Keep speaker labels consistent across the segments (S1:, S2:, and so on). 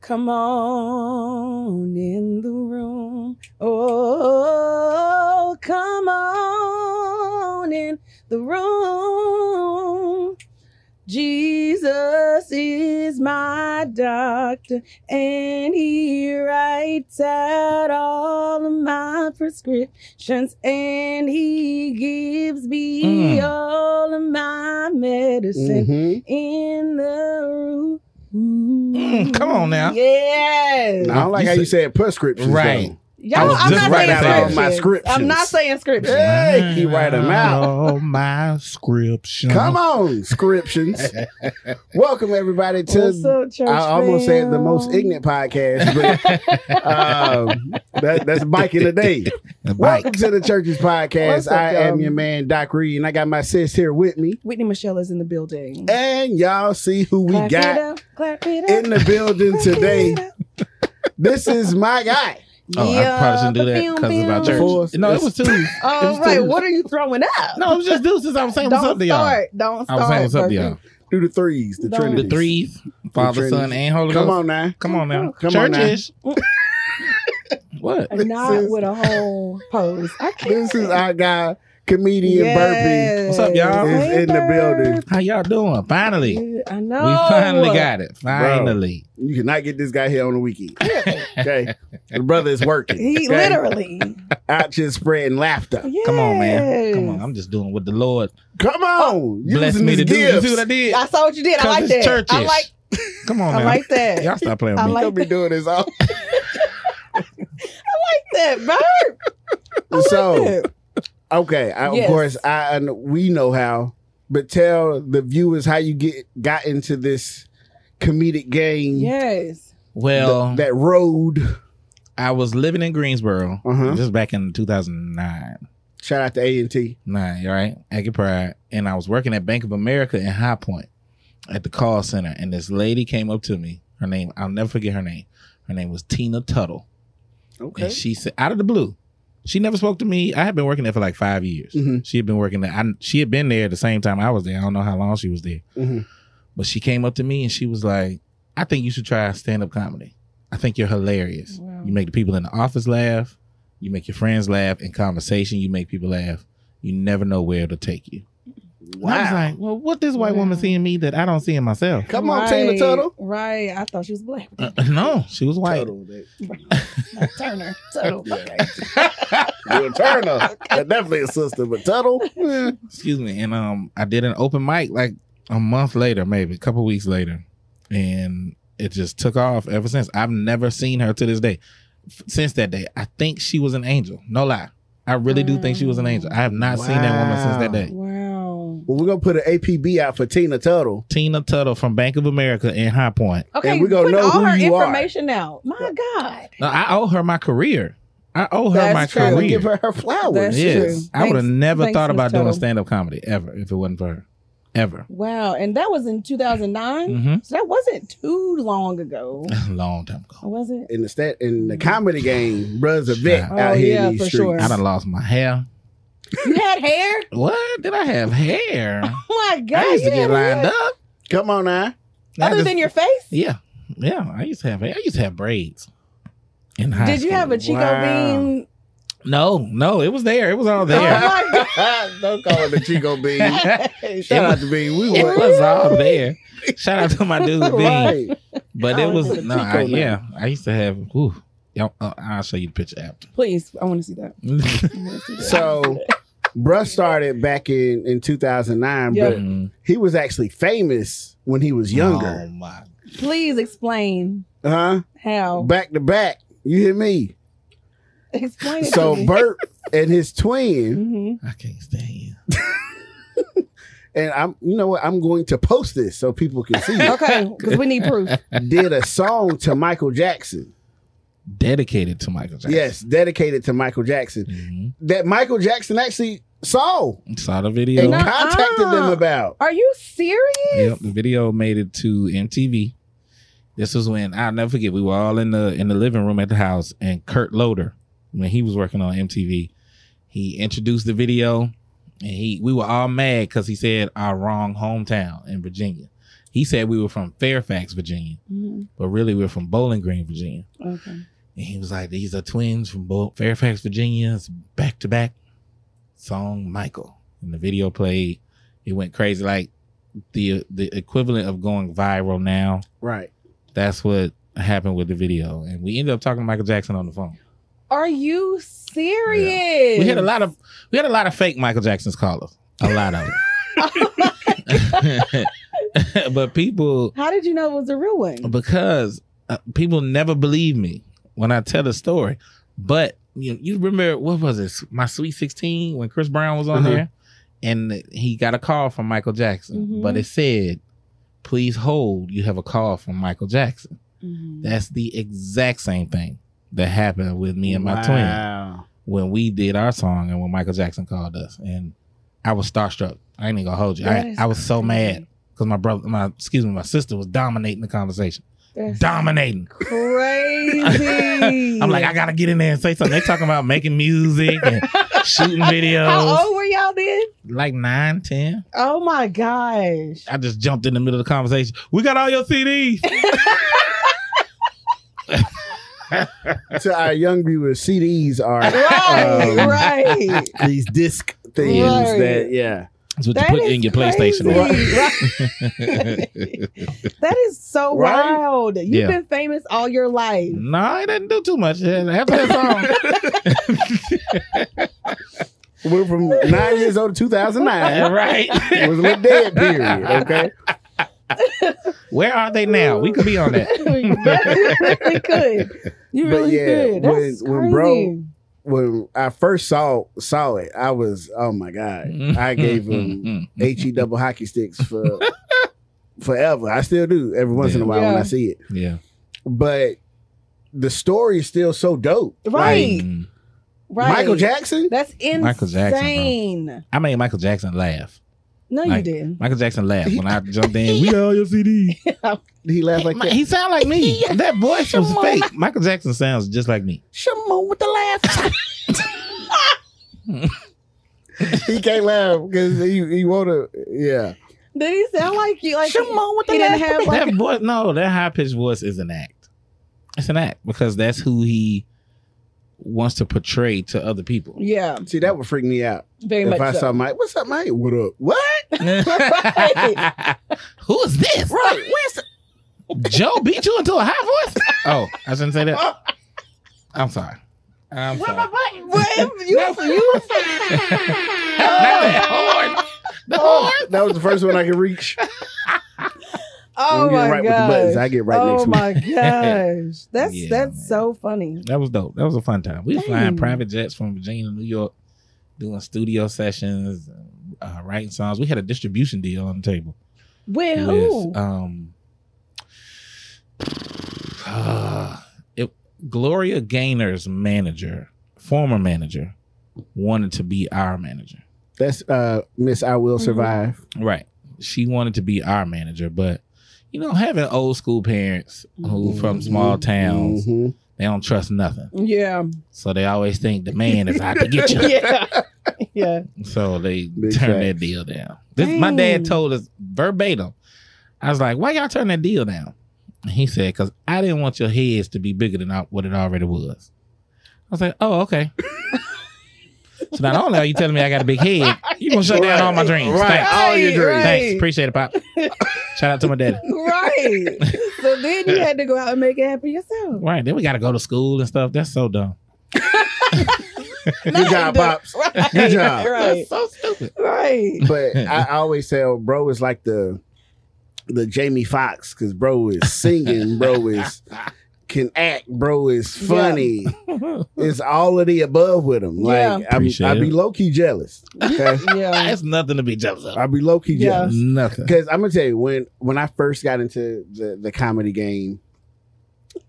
S1: Come on in the room. Oh, come on in the room. Jesus is my doctor, and he writes out all of my prescriptions, and he gives me Mm. all of my medicine
S2: Mm-hmm.
S1: Mhm. in the room. Mm, come on now. Yes.
S2: I don't like
S3: You
S2: how you
S3: said-
S2: said prescriptions.
S3: Right. Uh-huh.
S2: Though. I
S1: Y'all,
S2: was
S1: I'm
S2: just
S1: not
S2: right
S1: saying
S2: out all my
S1: scriptures. I'm not
S2: scriptions.
S1: saying scriptures.
S2: Hey, he write them out.
S3: Oh, my scripture.
S2: Come on, scriptions. Welcome everybody
S1: What's
S2: to.
S1: up, church
S2: I almost said the most
S1: fam?
S2: ignorant podcast, but um, that, that's Mike in the day.
S3: The bike.
S2: Welcome to the Churches
S1: What's
S2: Podcast.
S1: up,
S2: I
S1: y'all?
S2: am your man Doc Reed, and I got my sis here with me.
S1: Whitney Michelle is in the building.
S2: And y'all see who we
S1: clap it
S2: got
S1: up, clap it up.
S2: in the building
S1: clap
S2: today.
S1: it up.
S2: This is my guy.
S3: Oh, I probably shouldn't do that
S1: Yeah,
S3: because of our
S1: ba-bing,
S3: church.
S1: bing.
S2: Fourth.
S3: No, it was two. It
S1: All
S3: was
S1: right,
S3: two.
S1: what are you throwing up?
S3: No, it was just deuces. I was saying what's
S1: don't
S3: up to y'all.
S1: start. Don't
S3: I was saying
S1: start.
S3: what's up to y'all.
S1: Berkeley.
S2: Do the threes, the
S1: Don't-
S2: Trinity.
S3: The threes, Father,
S2: Trinity.
S3: Son, and Holy
S2: Come
S3: Ghost.
S2: on now.
S3: Come on now.
S2: Come on now.
S3: Churches. What?
S1: And Not with a whole pose. I can't.
S2: This is our guy, comedian
S1: Yes.
S3: What's up, y'all?
S2: Is in the building.
S3: How y'all doing? Finally.
S1: building. I know.
S3: We finally got it. Finally.
S2: Burpee. You cannot get this guy here on the weekend. Okay. the brother is working.
S1: He
S2: okay?
S1: literally.
S2: Out just spreading laughter.
S1: Yes.
S3: Come on, man. Come on. I'm just doing what the Lord
S2: Come
S1: Oh.
S2: on.
S3: blessed
S2: using
S3: me
S2: his
S3: to do. You
S2: gifts.
S3: see what I did?
S1: I saw what you did. I
S3: Because
S1: like
S3: it's
S1: that.
S3: churches.
S1: I like.
S3: Come on
S1: I
S3: now.
S1: like that.
S3: Y'all stop playing with
S1: I
S3: me.
S1: like
S2: He'll be doing this all.
S1: that, Bert. I like
S2: So,
S3: Oh.
S1: that.
S2: Okay, I,
S1: Yes.
S2: of course, I, I kn- we know how, but tell the viewers how you get got into this comedic game,
S1: Yes.
S2: th-
S3: well,
S2: that road.
S3: I was living in Greensboro.
S2: Uh-huh.
S3: This is back in 2009.
S2: Shout out to A and T.
S3: Nine, all right? Aggie Pride. And I was working at Bank of America in High Point at the call center. And this lady came up to me. Her name, I'll never forget her name. Her name was Tina Tuttle.
S2: Okay,
S3: And she said, out of the blue, she never spoke to me. I had been working there for like five years.
S2: Mhm.
S3: She had been working there. I, she had been there at the same time I was there. I don't know how long she was there.
S2: hmm
S3: But she came up to me and she was like, I think you should try stand up comedy. I think you're hilarious.
S1: Wow.
S3: You make the people in the office laugh, you make your friends laugh in conversation, you make people laugh. You never know where it'll take you. And I was
S2: wow.
S3: like, well, what this white woman
S1: Wow.
S3: see in me that I don't see in myself?
S2: Come on, Tina
S1: Right,
S2: Tuttle.
S1: Right. I thought she was black.
S3: Uh, no, she was white.
S2: Tuttle, that-
S1: Not Turner. Tuttle.
S2: Yeah.
S1: Okay.
S2: You're a Turner. That's definitely a sister, but Tuttle. eh.
S3: Excuse me. And um, I did an open mic like a month later, maybe a couple weeks later, and it just took off ever since. I've never seen her to this day. F- Since that day, I think she was an angel. No lie, I really do think she was an angel. I have not seen that woman since that
S2: Wow.
S3: day.
S1: Wow.
S2: Well, we're gonna put an APB out for Tina Tuttle,
S3: Tina Tuttle from Bank of America in High Point.
S1: Okay,
S2: we gonna
S1: put
S2: know
S1: all
S2: who
S1: her
S2: you are.
S1: information out. My God.
S3: Now, I owe her my career. I owe her
S1: That's
S3: my
S1: true.
S2: Trying to
S3: career.
S2: give her her flowers.
S1: That's
S3: Oh, yes,
S1: true.
S3: I would
S1: Thanks-
S3: have never
S1: thanks,
S3: thought
S1: Miss
S3: about doing
S1: Tuttle.
S3: stand up comedy ever if it wasn't for her. Ever.
S1: Wow. And that was in 2009.
S3: hmm
S1: So that wasn't too long ago.
S3: Long time ago.
S1: Was it?
S2: In the stat, in the comedy game, brothers a vet
S3: Oh,
S2: out here
S1: yeah,
S2: in these
S1: for
S2: streets.
S1: sure.
S3: I done lost my hair.
S1: You had hair?
S3: What did I have hair?
S1: Oh my God.
S3: I used to
S1: you had
S3: get lined
S1: hair.
S3: up.
S2: Come on now.
S3: I
S1: Other
S3: just-
S1: than your face?
S3: yeah, yeah. I used to have hair. I used to have braids in high
S1: Did you
S3: school.
S1: have a Chico
S2: Wow.
S1: bean?
S3: No, no. It was there. It was all
S1: Oh
S3: there.
S1: my God.
S2: Don't call it the Chico Bean.
S3: it
S2: Shout out to Bean. We were
S3: was all there. Shout out to my dude Bean.
S2: right.
S3: But
S2: I
S3: it
S2: was
S3: was
S2: Oh, a
S3: no. I,
S2: Chico man.
S3: yeah, I used to have. Ooh, y'all, uh, I'll show you the picture after.
S1: Please, I want to see that. I wanna see that.
S2: So, Bruss started back in in 2009,
S1: Yeah.
S2: but he was actually famous when he was
S3: Oh
S2: younger.
S3: my.
S1: Please explain
S3: Oh.
S2: Huh?
S1: how.
S2: Back to back. You hear me?
S1: Explain it
S2: So
S1: to me.
S2: Bert and his twin,
S1: Mhm.
S3: I can't stand you.
S2: and I'm you know what? I'm going to post this so people can see it.
S1: Okay, because we need proof.
S2: Did a song to Michael Jackson.
S3: Dedicated to Michael Jackson.
S2: Yes, dedicated to Michael Jackson.
S3: Mhm.
S2: That Michael Jackson actually saw
S3: Saw the
S2: and
S3: video.
S1: Nah.
S2: contacted them about.
S1: Are you serious?
S3: Yep, the video made it to MTV. This was when I'll never forget. We were all in the in the living room at the house, and Kurt Loder, when he was working on MTV, he introduced the video, and he we were all mad because he said our wrong hometown in Virginia. He said we were from Fairfax, Virginia,
S1: Mhm.
S3: but really we are from Bowling Green, Virginia.
S1: Okay.
S3: And he was like, "These are twins from Bo- Fairfax, Virginia. It's back to back." Song Michael, and the video played. It went crazy, like the the equivalent of going viral now.
S2: Right.
S3: That's what happened with the video, and we ended up talking to Michael Jackson on the phone.
S1: Are you serious?
S3: We had a lot of we had a lot of fake Michael Jackson's callers, a lot of them. but people,
S1: How did you know it was a real one?
S3: because uh, people never believe me when I tell the story. But you you remember what was it? My Sweet Sixteen when Chris Brown was on
S2: Uh-huh.
S3: there, and he got a call from Michael Jackson,
S1: Mhm.
S3: but it said, "Please hold. You have a call from Michael Jackson."
S1: Mhm.
S3: That's the exact same thing that happened with me and my twin
S2: Wow.
S3: when we did our song and when Michael Jackson called us, and I was starstruck. I ain't even gonna hold you.
S1: That
S3: I,
S1: is
S3: I was so
S1: crazy.
S3: mad because my brother, my excuse me, my sister was dominating the conversation,
S1: That's
S3: dominating.
S1: crazy.
S3: I'm like, I gotta get in there and say something. They talking about making music and shooting
S1: How
S3: videos,
S1: old were y'all then?
S3: like nine, ten.
S1: Oh my gosh.
S3: I just jumped in the middle of the conversation. We got all your CDs.
S2: to our young viewers, CDs are
S1: Right,
S2: um,
S1: right.
S2: these disc things
S1: Right.
S2: that yeah.
S3: That's what
S1: That
S3: you put
S1: is
S3: in your
S1: crazy.
S3: PlayStation. Right?
S1: That is so
S2: Right? Mm.
S1: wild. You've
S3: Yeah.
S1: been famous all your life.
S3: no, I didn't do too much. After that song,
S2: We're from nine years old to 2009.
S3: right?
S2: It was a little dead period, okay?
S3: Where are they now? We could be on that.
S1: you really could. You
S2: But
S1: really
S2: yeah,
S1: could. That's
S2: when- when
S1: crazy.
S2: bro- When I first saw saw it, I was oh my god. I
S3: Mm,
S2: gave him H E double hockey sticks for forever. I still do every once in a
S3: Yeah.
S2: while when I
S1: Yeah.
S2: see it.
S3: Yeah.
S2: But the story is still so dope.
S1: Right.
S3: Mm.
S2: Like,
S1: right.
S2: Michael Jackson?
S1: That's insane.
S3: Michael Jackson, bro. I made Michael Jackson laugh.
S1: No,
S3: Like-
S1: you didn't.
S3: Michael Jackson laughed when I jumped in. We all your CD.
S2: He laughed like that.
S3: He sounded like me. That voice was
S1: Come on.
S3: fake. Michael Jackson sounds just like me.
S2: Shimon with the laugh. he can't laugh because he, he wanna yeah.
S1: Did he sound like you? Like
S2: Shimon with the
S1: he didn't
S2: laugh.
S1: have like
S3: that voice, no, that high pitched voice is an act. It's an act because that's who he wants to portray to other people.
S1: yeah,
S2: See, that would freak me out.
S1: very
S2: if
S1: much.
S2: I
S1: so.
S2: saw Mike, what's up, Mike? What up? What?
S1: Right.
S3: Who is this?
S2: Right. Where's the-
S3: Joe beat you into a high voice? Oh, I shouldn't say that. I'm sorry. I'm
S1: Where
S3: sorry.
S1: my button? Where- you, you, Oh
S3: Not that horn. The horn.
S2: that was the first one I could reach.
S1: oh
S2: I'm getting
S1: my
S2: right with the buttons.
S1: gosh!
S2: I get right
S1: oh
S2: next week.
S1: my gosh! That's
S3: Yeah,
S1: that's
S3: man.
S1: so funny.
S3: That was dope. That was a fun time. We were flying
S1: Dang.
S3: private jets from Virginia to New York, doing studio sessions, uh, writing songs. We had a distribution deal on the table.
S1: With who?
S3: with um it, Gloria Gaynor's manager, former manager, wanted to be our manager.
S2: That's uh Miss I Will
S1: Mhm.
S2: Survive.
S3: Right. She wanted to be our manager, but you know, having old school parents who from small
S2: Mhm.
S3: towns,
S2: Mhm.
S3: they don't trust nothing.
S1: yeah,
S3: So they always think the man is out to get you.
S1: yeah, yeah.
S3: So they
S2: Big
S3: turned that
S2: facts.
S3: deal down. This, my dad
S1: Dang.
S3: told us verbatim. I was like, "Why y'all turn that deal down?" And he said, "Cause I didn't want your heads to be bigger than al- what it already was." I was like, "Oh, okay." so not only are you telling me I got a big head, you gonna shut down all my dreams.
S2: Right.
S3: Thanks.
S2: All your dreams.
S1: Right.
S3: Thanks. Appreciate it, Pop. Shout out to my daddy.
S1: right. So then you had to go out and make it happen yourself.
S3: Right. Then we gotta go to school and stuff. That's so dumb.
S2: Good job, Pops.
S1: Right.
S2: Good job.
S1: Right.
S3: That's so stupid.
S1: Right.
S2: But I I always tell bro is like the the Jamie Foxx because bro is singing, bro is can act, bro is funny. It's all of the above with him. Like
S1: Yeah.
S2: I'm,
S3: Appreciate
S2: I'd be
S3: it.
S2: low key jealous. Okay,
S1: Yeah.
S3: That's nothing to be jealous of.
S2: I'd be low key
S1: Yeah.
S2: jealous
S3: Nothing.
S2: because I'm gonna tell you when when I first got into the the comedy game,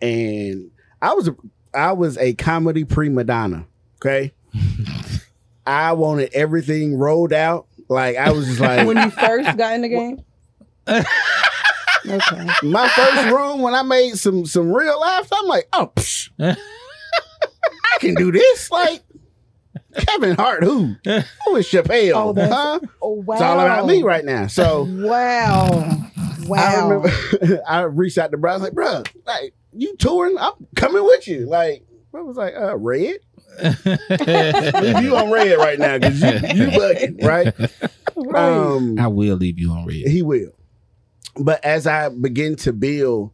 S2: and I was a, I was a comedy prima donna. Okay, I wanted everything rolled out. Like I was just like
S1: When you first got in the game. okay.
S2: my first room when I made some some real laughs, I'm like, oh, psh, I can do this. Like, Kevin Hart, who? Who is Chappelle?
S1: Oh, that's-
S2: huh?
S1: Oh, wow.
S2: It's all about me right now. So
S1: Wow. Wow.
S2: I remember I reached out to Brian. I was like, bro, like you touring? I'm coming with you. Like, bro was like, uh, red. Leave you on red right now because you you bugging, right?
S1: Right.
S2: Um,
S3: I will leave you on red.
S2: he will. But as I begin to build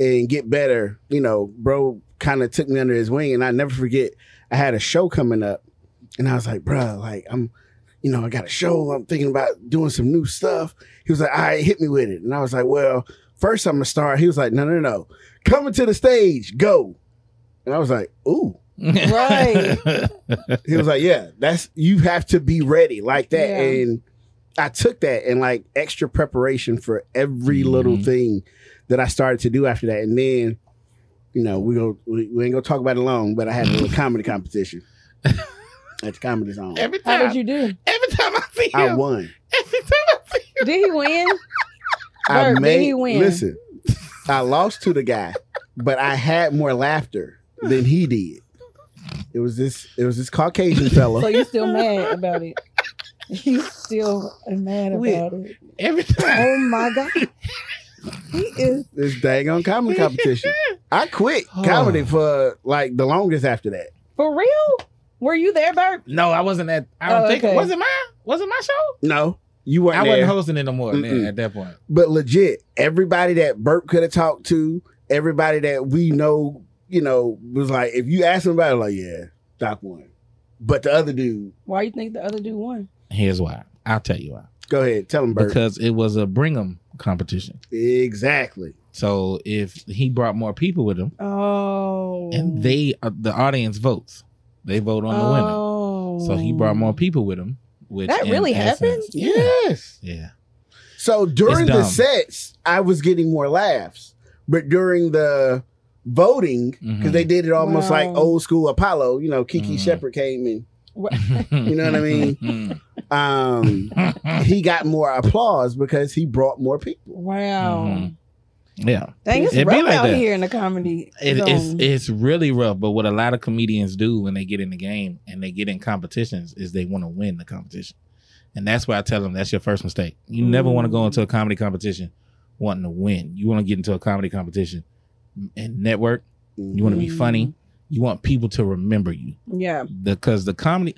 S2: and get better, you know, bro kind of took me under his wing, and I never forget. I had a show coming up, and I was like, bro, like I'm, you know, I got a show. I'm thinking about doing some new stuff. He was like, all right, hit me with it, and I was like, well, first I'm gonna start. He was like, no, no, no, coming to the stage, go, and I was like, ooh.
S1: Right.
S2: He was like, "Yeah, that's you have to be ready like that."
S1: Yeah.
S2: And I took that and like extra preparation for every little
S3: Mhm.
S2: thing that I started to do after that. And then, you know, we go we, we ain't gonna talk about it long, but I had a little comedy competition at the comedy zone.
S3: every
S1: How
S3: time,
S1: did you do?
S3: every time I see
S2: I
S3: him,
S2: won.
S3: every time I see
S1: Did he win?
S2: I
S1: Bert, did
S2: made
S1: he win?
S2: listen. I lost to the guy, but I had more laughter than he did. It was this. It was this Caucasian fella.
S1: So you still mad about it? You still mad
S3: Wait.
S1: about it?
S3: every time.
S1: Oh my god. He is
S2: this daggone comedy competition. Oh. I quit comedy for like the longest after that.
S1: for real. Were you there, Bert?
S3: No, I wasn't at. I don't
S1: Oh,
S3: think
S1: okay.
S3: was it mine. Was it my show?
S2: No, you weren't
S3: I
S2: there.
S3: wasn't hosting it no more then
S2: Mm-mm.
S3: at that point.
S2: but legit, everybody that Burp could have talked to, everybody that we know, you know, was like, if you ask somebody, like, yeah, Doc won. But the other dude,
S1: Why you think the other dude won?
S3: Here's why. I'll tell you why.
S2: go ahead, tell him Burp.
S3: Because it was a Brigham competition.
S2: exactly.
S3: So if he brought more people with him,
S1: Oh.
S3: and they uh, the audience votes, they vote on the winner.
S1: Oh.
S3: So he brought more people with him. Which
S1: That
S3: in
S1: really
S3: essence-
S1: happened?
S3: Yeah.
S2: Yes.
S3: Yeah.
S2: So
S3: It's
S2: during the
S3: dumb.
S2: sets, I was getting more laughs, but during the voting, because
S3: Mhm.
S2: they did it almost like
S1: Wow.
S2: old school Apollo, you know, Kiki
S3: Mhm.
S2: Shepard came and
S1: Wha-
S3: you
S2: know what I
S3: mean?
S2: um
S3: Mm-hmm.
S2: he got more applause because he brought more people.
S1: Wow.
S3: Mhm. yeah.
S1: Dang, it's
S3: It be
S1: rough
S3: like
S1: out
S3: that.
S1: here in the comedy.
S3: It,
S1: zone.
S3: it's it's really rough, but what a lot of comedians do when they get in the game and they get in competitions is they want to win the competition, and that's why I tell them that's your first mistake. You never want to go
S1: Mm.
S3: into a comedy competition wanting to win. You want to get into a comedy competition and network. You want to be
S1: Mhm.
S3: funny. You want people to remember you
S1: yeah.
S3: because the comedy,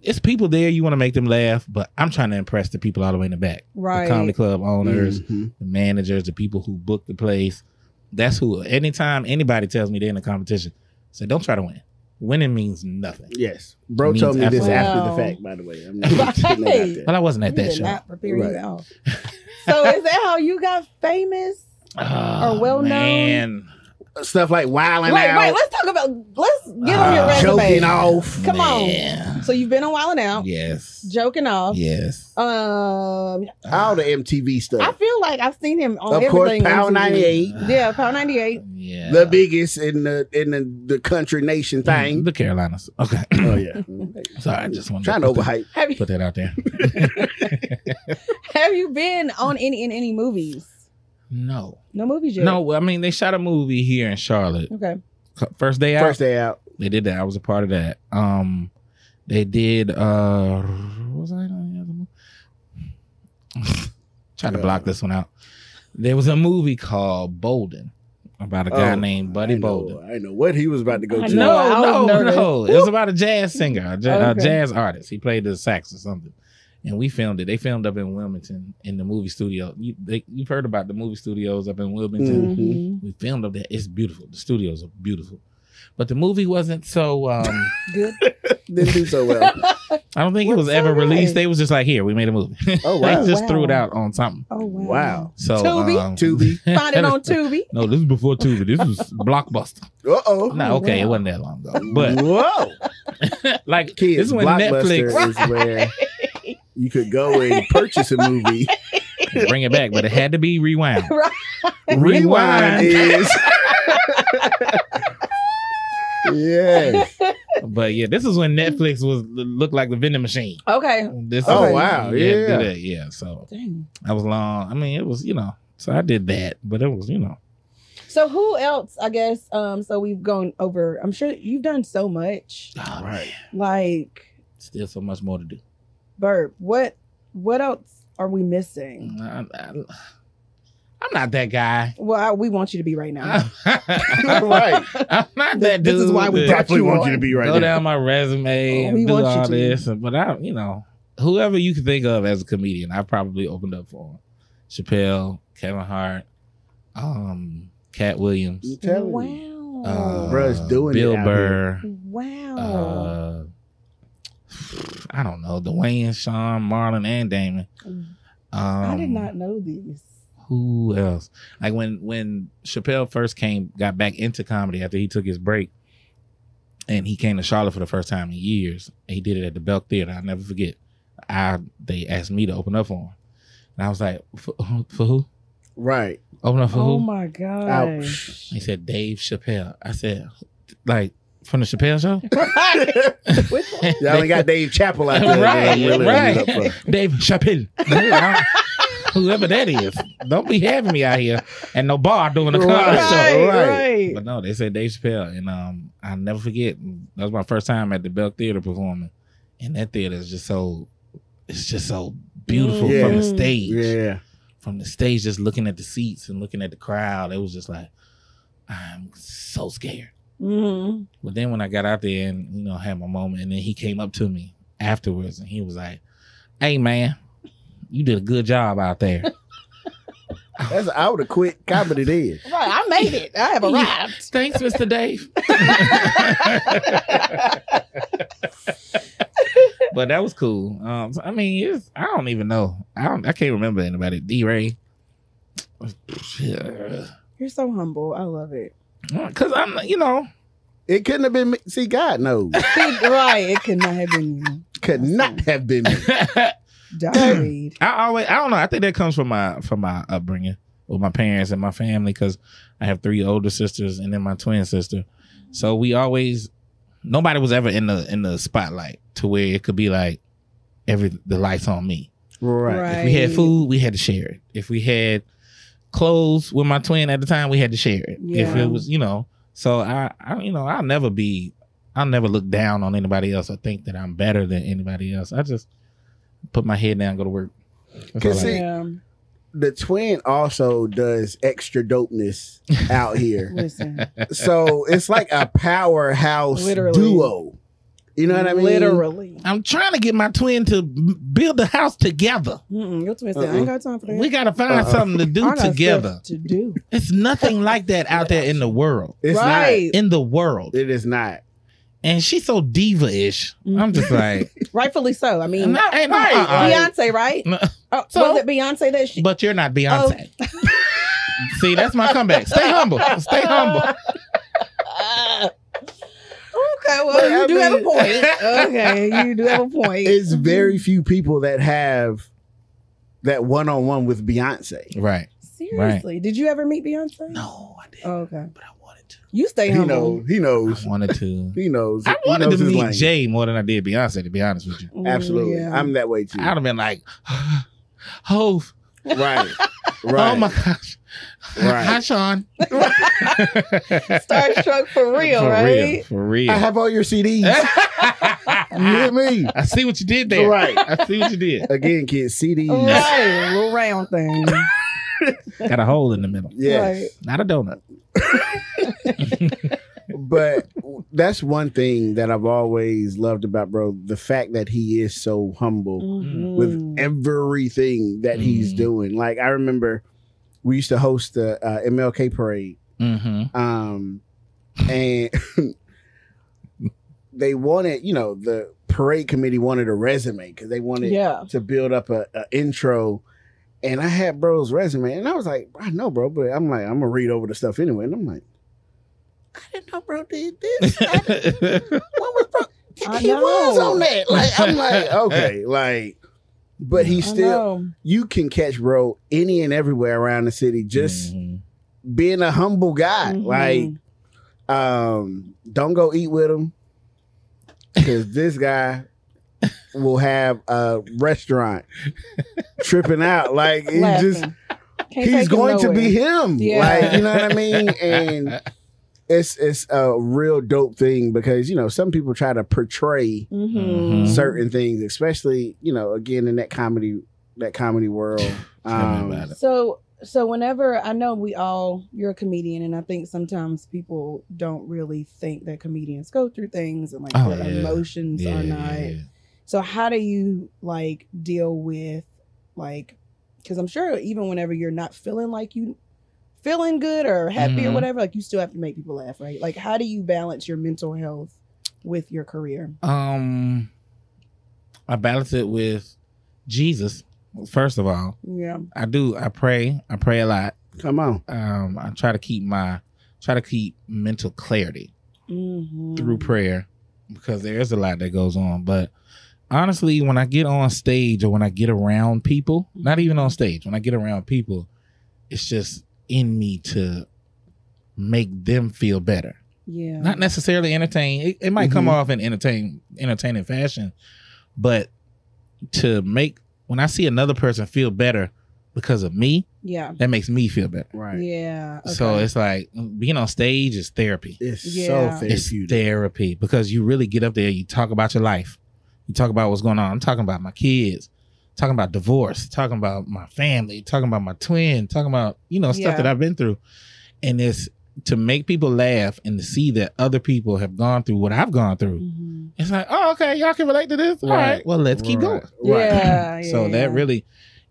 S3: it's people there. You want to make them laugh, but I'm trying to impress the people all the way in the back,
S1: Right.
S3: the comedy club owners,
S2: Mhm.
S3: the managers, the people who book the place. That's who. Anytime anybody tells me they're in a competition, say don't try to win. Winning means nothing.
S2: Yes. Bro
S3: Means
S2: told me this
S3: absolutely-
S2: after the
S1: Wow.
S2: fact, by the way. I'm not putting that out there.
S3: Well, I wasn't at
S1: You
S3: that
S1: did
S3: show.
S1: not prepare you
S2: Right.
S1: at all. so is that how you got famous?
S3: Oh,
S1: Or well-known.
S3: man.
S2: Stuff like wilding
S1: wait,
S2: out,
S1: wait. Let's talk about. Let's get on your
S3: Uh,
S1: resume.
S2: joking off.
S1: Come on.
S3: Man.
S1: So you've been on Wild and Out,
S3: Yes.
S1: joking off.
S3: Yes.
S1: Um,
S2: All the MTV
S1: I
S2: stuff.
S1: feel like I've seen him on
S2: Of course,
S1: everything.
S2: Power
S1: on TV.
S2: 98,
S1: Yeah, Power 98.
S3: Yeah.
S2: the biggest in the in the, the country nation thing.
S3: The Carolinas. Okay.
S2: oh yeah.
S3: Sorry, I just wanted
S2: Trying to
S3: to put
S2: overhype.
S1: Have
S3: that,
S1: you
S3: put that out there.
S1: have you been on any in any movies?
S3: No.
S1: No movies yet.
S3: No, well, I mean, they shot a movie here in Charlotte.
S1: Okay.
S3: First day out.
S2: First day out.
S3: They did that. I was a part of that. Um, they did. Uh, was I on the other one? Trying to block this one out. There was a movie called Bolden about a guy
S2: Oh,
S3: named Buddy
S2: I know-
S3: Bolden.
S2: I know what he was about to go
S1: I
S2: to.
S1: know. I was
S3: No, no,
S1: nervous.
S3: no. It was about a jazz singer, a, ja- a
S1: Okay.
S3: jazz artist. He played the sax or something. And we filmed it. They filmed up in Wilmington in the movie studio. You, they, you've heard about the movie studios up in Wilmington.
S1: Mm-hmm.
S2: Mhm.
S3: We filmed up there. It's beautiful. The studios are beautiful. But the movie wasn't so. Um,
S1: Good.
S2: Didn't do so well.
S3: I don't think it was
S1: What's
S3: ever
S1: that?
S3: released. They was just like, here, we made a movie.
S2: Oh
S3: they
S2: wow.
S3: just
S1: Wow.
S3: threw it out on something.
S1: Oh wow.
S2: Wow.
S3: So
S1: Tubi?
S3: um,
S2: Tubi.
S1: Find it on Tubi.
S3: No, this is before Tubi. This was Blockbuster.
S2: Uh oh.
S3: No, okay,
S1: wow.
S3: it wasn't that long ago. But
S2: whoa.
S3: like
S2: kids,
S3: this is when
S2: Blockbuster
S3: Netflix
S2: is where you could go and purchase a movie.
S3: bring it back, but it had to be rewound.
S2: Rewind is. yeah.
S3: But yeah, this is when Netflix was looked like the vending machine.
S1: Okay.
S3: This
S2: Oh,
S3: is-
S2: wow,
S3: yeah,
S2: yeah.
S3: do that, yeah. So
S1: Dang.
S3: I was long. I mean, it was you know. So I did that, but it was you know.
S1: So who else? I guess. Um. So we've gone over. I'm sure you've done so much.
S3: oh,
S2: Right.
S1: Like
S3: Still so much more to do.
S1: Burp. What what else are we missing?
S3: I, am not that guy.
S1: Well, I, we want you to be right
S3: Ah.
S1: now.
S2: right.
S3: I'm not that
S1: This
S3: dude.
S1: is why we
S3: that-
S1: brought
S2: Definitely
S1: you
S2: want
S1: on.
S2: you to be right
S3: go
S2: there.
S3: down my resume
S1: Oh, we
S3: and do
S1: want you
S3: all
S1: to.
S3: this. But I, you know, whoever you can think of as a comedian, I probably opened up for Chappelle, Kevin Hart, um, Cat Williams,
S2: I'm telling
S1: wow.
S2: you.
S3: uh,
S2: Bruh, it's doing it
S3: Bill
S2: out
S3: Burr.
S1: wow.
S3: Uh, I don't know, Dwayne, Sean, Marlon, and Damon. Um,
S1: I did not know these.
S3: Who else? Like when when Chappelle first came, got back into comedy after he took his break, and he came to Charlotte for the first time in years. He did it at the Belk Theater. I'll never forget. I they asked me to open up for him, and I was like, for, for who?
S2: Right.
S3: Open up for
S1: Oh
S3: who?
S1: my god.
S2: Ouch.
S3: He said Dave Chappelle. I said, like from the Chappelle show.
S1: Which one?
S2: Y'all ain't got Dave Chappell out there.
S3: Right,
S2: that really
S3: right.
S2: opened up for.
S3: Dave Chappelle. Whoever that is. Don't be having me out here at no bar doing a comedy
S2: Right.
S3: show.
S1: Right,
S2: right.
S1: right.
S3: But no, they said Dave Chappelle, and um, I'll never forget. That was my first time at the Bell Theater performing, and that theater is just so, it's just so beautiful
S2: Yeah.
S3: from the stage.
S2: Yeah.
S3: From the stage, just looking at the seats and looking at the crowd, it was just like, I'm so scared.
S1: Mhm.
S3: But then when I got out there and you know had my moment, and then he came up to me afterwards and he was like, "Hey man, you did a good job out there."
S2: That's I would have quit comedy then.
S1: Right. I made it. I have
S3: Yeah.
S1: arrived.
S3: Thanks, Mr. Dave. but that was cool. Um, so, I mean, it's, I don't even know. I don't. I can't remember anybody. D Ray. Because
S1: You're so humble. I love it.
S3: I'm, you know,
S2: It couldn't have been me. See, God knows.
S1: right. It could not have been you.
S2: Could not have been me.
S3: I
S1: Died.
S3: always, I don't know. I think that comes from my from my upbringing with my parents and my family because I have three older sisters and then my twin sister. So we always, nobody was ever in the in the spotlight to where it could be like every the lights on me.
S2: Right.
S1: Right.
S3: If we had food, we had to share it. If we had clothes with my twin at the time, we had to share it. If
S1: Yeah.
S3: it was, you know, so I, I, you know, I'll never be, I'll never look down on anybody else or think that I'm better than anybody else. I just put my head down, go to work. That's all I
S2: Cause
S3: do.
S2: see-
S1: Yeah.
S2: The twin also does extra dopeness out here.
S1: Listen.
S2: so it's like a powerhouse
S1: Literally.
S2: duo. You know what I mean?
S1: Literally.
S3: I'm trying to get my twin to m- build the house together.
S1: Mm-mm, your twin said, I
S2: Uh-uh.
S1: ain't got time for that.
S3: We got to find
S2: Uh-uh.
S3: something to
S1: I
S3: do
S1: got stuff
S3: together.
S1: to do.
S3: It's nothing like that out there in the world.
S2: It's
S1: right.
S3: In the world.
S2: not. It is not.
S3: And she's so diva ish. I'm just like,
S1: Rightfully so. I mean,
S3: nah, ain't no,
S1: right.
S3: uh-uh.
S1: Beyonce, right?
S3: No.
S1: Oh,
S3: So-
S1: was it Beyonce that she?
S3: But you're not Beyonce. See, that's my comeback. Stay humble. Stay humble.
S1: uh, okay, well,
S2: But
S1: you
S2: I
S1: do have a
S2: mean-
S1: point. Okay, you do have a point.
S2: It's very few people that have that one on one with Beyonce.
S3: Right.
S1: Seriously, did you ever meet Beyonce?
S3: No, I didn't.
S1: Oh, okay.
S3: But I wanted to.
S1: You stay
S2: He
S1: humble.
S2: knows. He knows.
S3: I wanted to.
S2: He knows.
S3: I
S2: He
S3: wanted
S2: knows
S3: to
S2: his
S3: meet
S2: lane.
S3: Jay more than I did Beyonce, to be honest with you.
S1: Mm,
S2: Absolutely.
S1: yeah.
S2: I'm that way too.
S3: I'd have been like, Hove.
S2: Right.
S3: Oh
S2: Right.
S3: my gosh.
S2: Right.
S3: Hi, Sean.
S1: starstruck for real,
S3: for Real,
S1: right?
S3: for real.
S2: I have all your CDs. you hear
S3: I
S2: me?
S3: see what you did there.
S2: Right.
S3: I see what you did.
S2: Again, kids, CDs.
S1: Right, a little round thing.
S3: Got a hole in the middle.
S2: Yes.
S3: Not a donut.
S2: But that's one thing that I've always loved about bro, the fact that he is so humble.
S3: Mm-hmm.
S2: with
S1: Mhm.
S2: everything that he's
S3: Mm.
S2: doing. Like I remember we used to host the uh, MLK parade,
S3: Mm-hmm.
S2: um, and they wanted, you know, the parade committee wanted a resume because they wanted
S1: yeah.
S2: to build up a, a intro. And I had bro's resume, and I was like, I know, bro, but I'm like, I'm gonna read over the stuff anyway, and I'm like. I didn't know bro did this. I didn't- what was bro?
S1: I
S2: He was
S1: know.
S2: on that. Like I'm like, okay, like, but he
S1: I
S2: still
S1: know.
S2: you can catch bro any and everywhere around the city
S1: Mm.
S2: just
S3: Mm-hmm.
S2: being a humble guy
S1: Mhm.
S2: like um don't go eat with him because this guy will have a restaurant tripping out like it
S1: Laughing.
S2: just
S1: Can't take
S2: he's
S1: it
S2: going to be
S1: nowhere.
S2: him
S1: Yeah.
S2: like you know what i mean and it's it's a real dope thing because you know some people try to portray
S1: Mm-hmm.
S3: Mhm.
S2: certain things, especially you know again in that comedy that comedy world.
S3: Tell
S2: Um,
S3: me about it.
S1: So so whenever I know we all you're a comedian and I think sometimes people don't really think that comedians go through things and like
S3: Oh,
S1: their
S3: yeah.
S1: emotions
S3: Yeah,
S1: are not
S3: yeah, yeah.
S1: So how do you like deal with like cuz I'm sure even whenever you're not feeling like you feeling good or happy or
S3: Mhm.
S1: whatever like you still have to make people laugh, right? Like how do you balance your mental health with your career?
S3: Um, I balance it with Jesus. First of all,
S1: Yeah.
S3: I do. I pray. I pray a lot.
S2: Come on,
S3: Um, I try to keep my try to keep mental clarity.
S1: Mhm.
S3: through prayer because there is a lot that goes on. But honestly, when I get on stage or when I get around people, not even on stage, when I get around people, it's just in me to make them feel better.
S1: Yeah.
S3: Not necessarily entertain. It, it might come
S2: Mhm.
S3: off in entertain entertaining fashion, but to make when I see another person feel better because of me,
S1: yeah.
S3: that makes me feel better.
S2: right?
S1: Yeah.
S3: So
S1: okay.
S3: it's like being on stage is therapy
S2: It's
S1: Yeah.
S2: so
S3: it's
S2: therapeutic.
S3: therapy because you really get up there you talk about your life you talk about what's going on i'm talking about my kids talking about divorce talking about my family talking about my twin talking about you know stuff
S1: Yeah.
S3: that i've been through and it's to make people laugh and to see that other people have gone through what i've gone through
S1: Mhm.
S3: it's like oh okay y'all can relate to this all
S2: Right.
S3: right well let's keep
S2: Right,
S3: going
S2: right.
S1: Yeah, yeah.
S3: so
S1: yeah.
S3: that really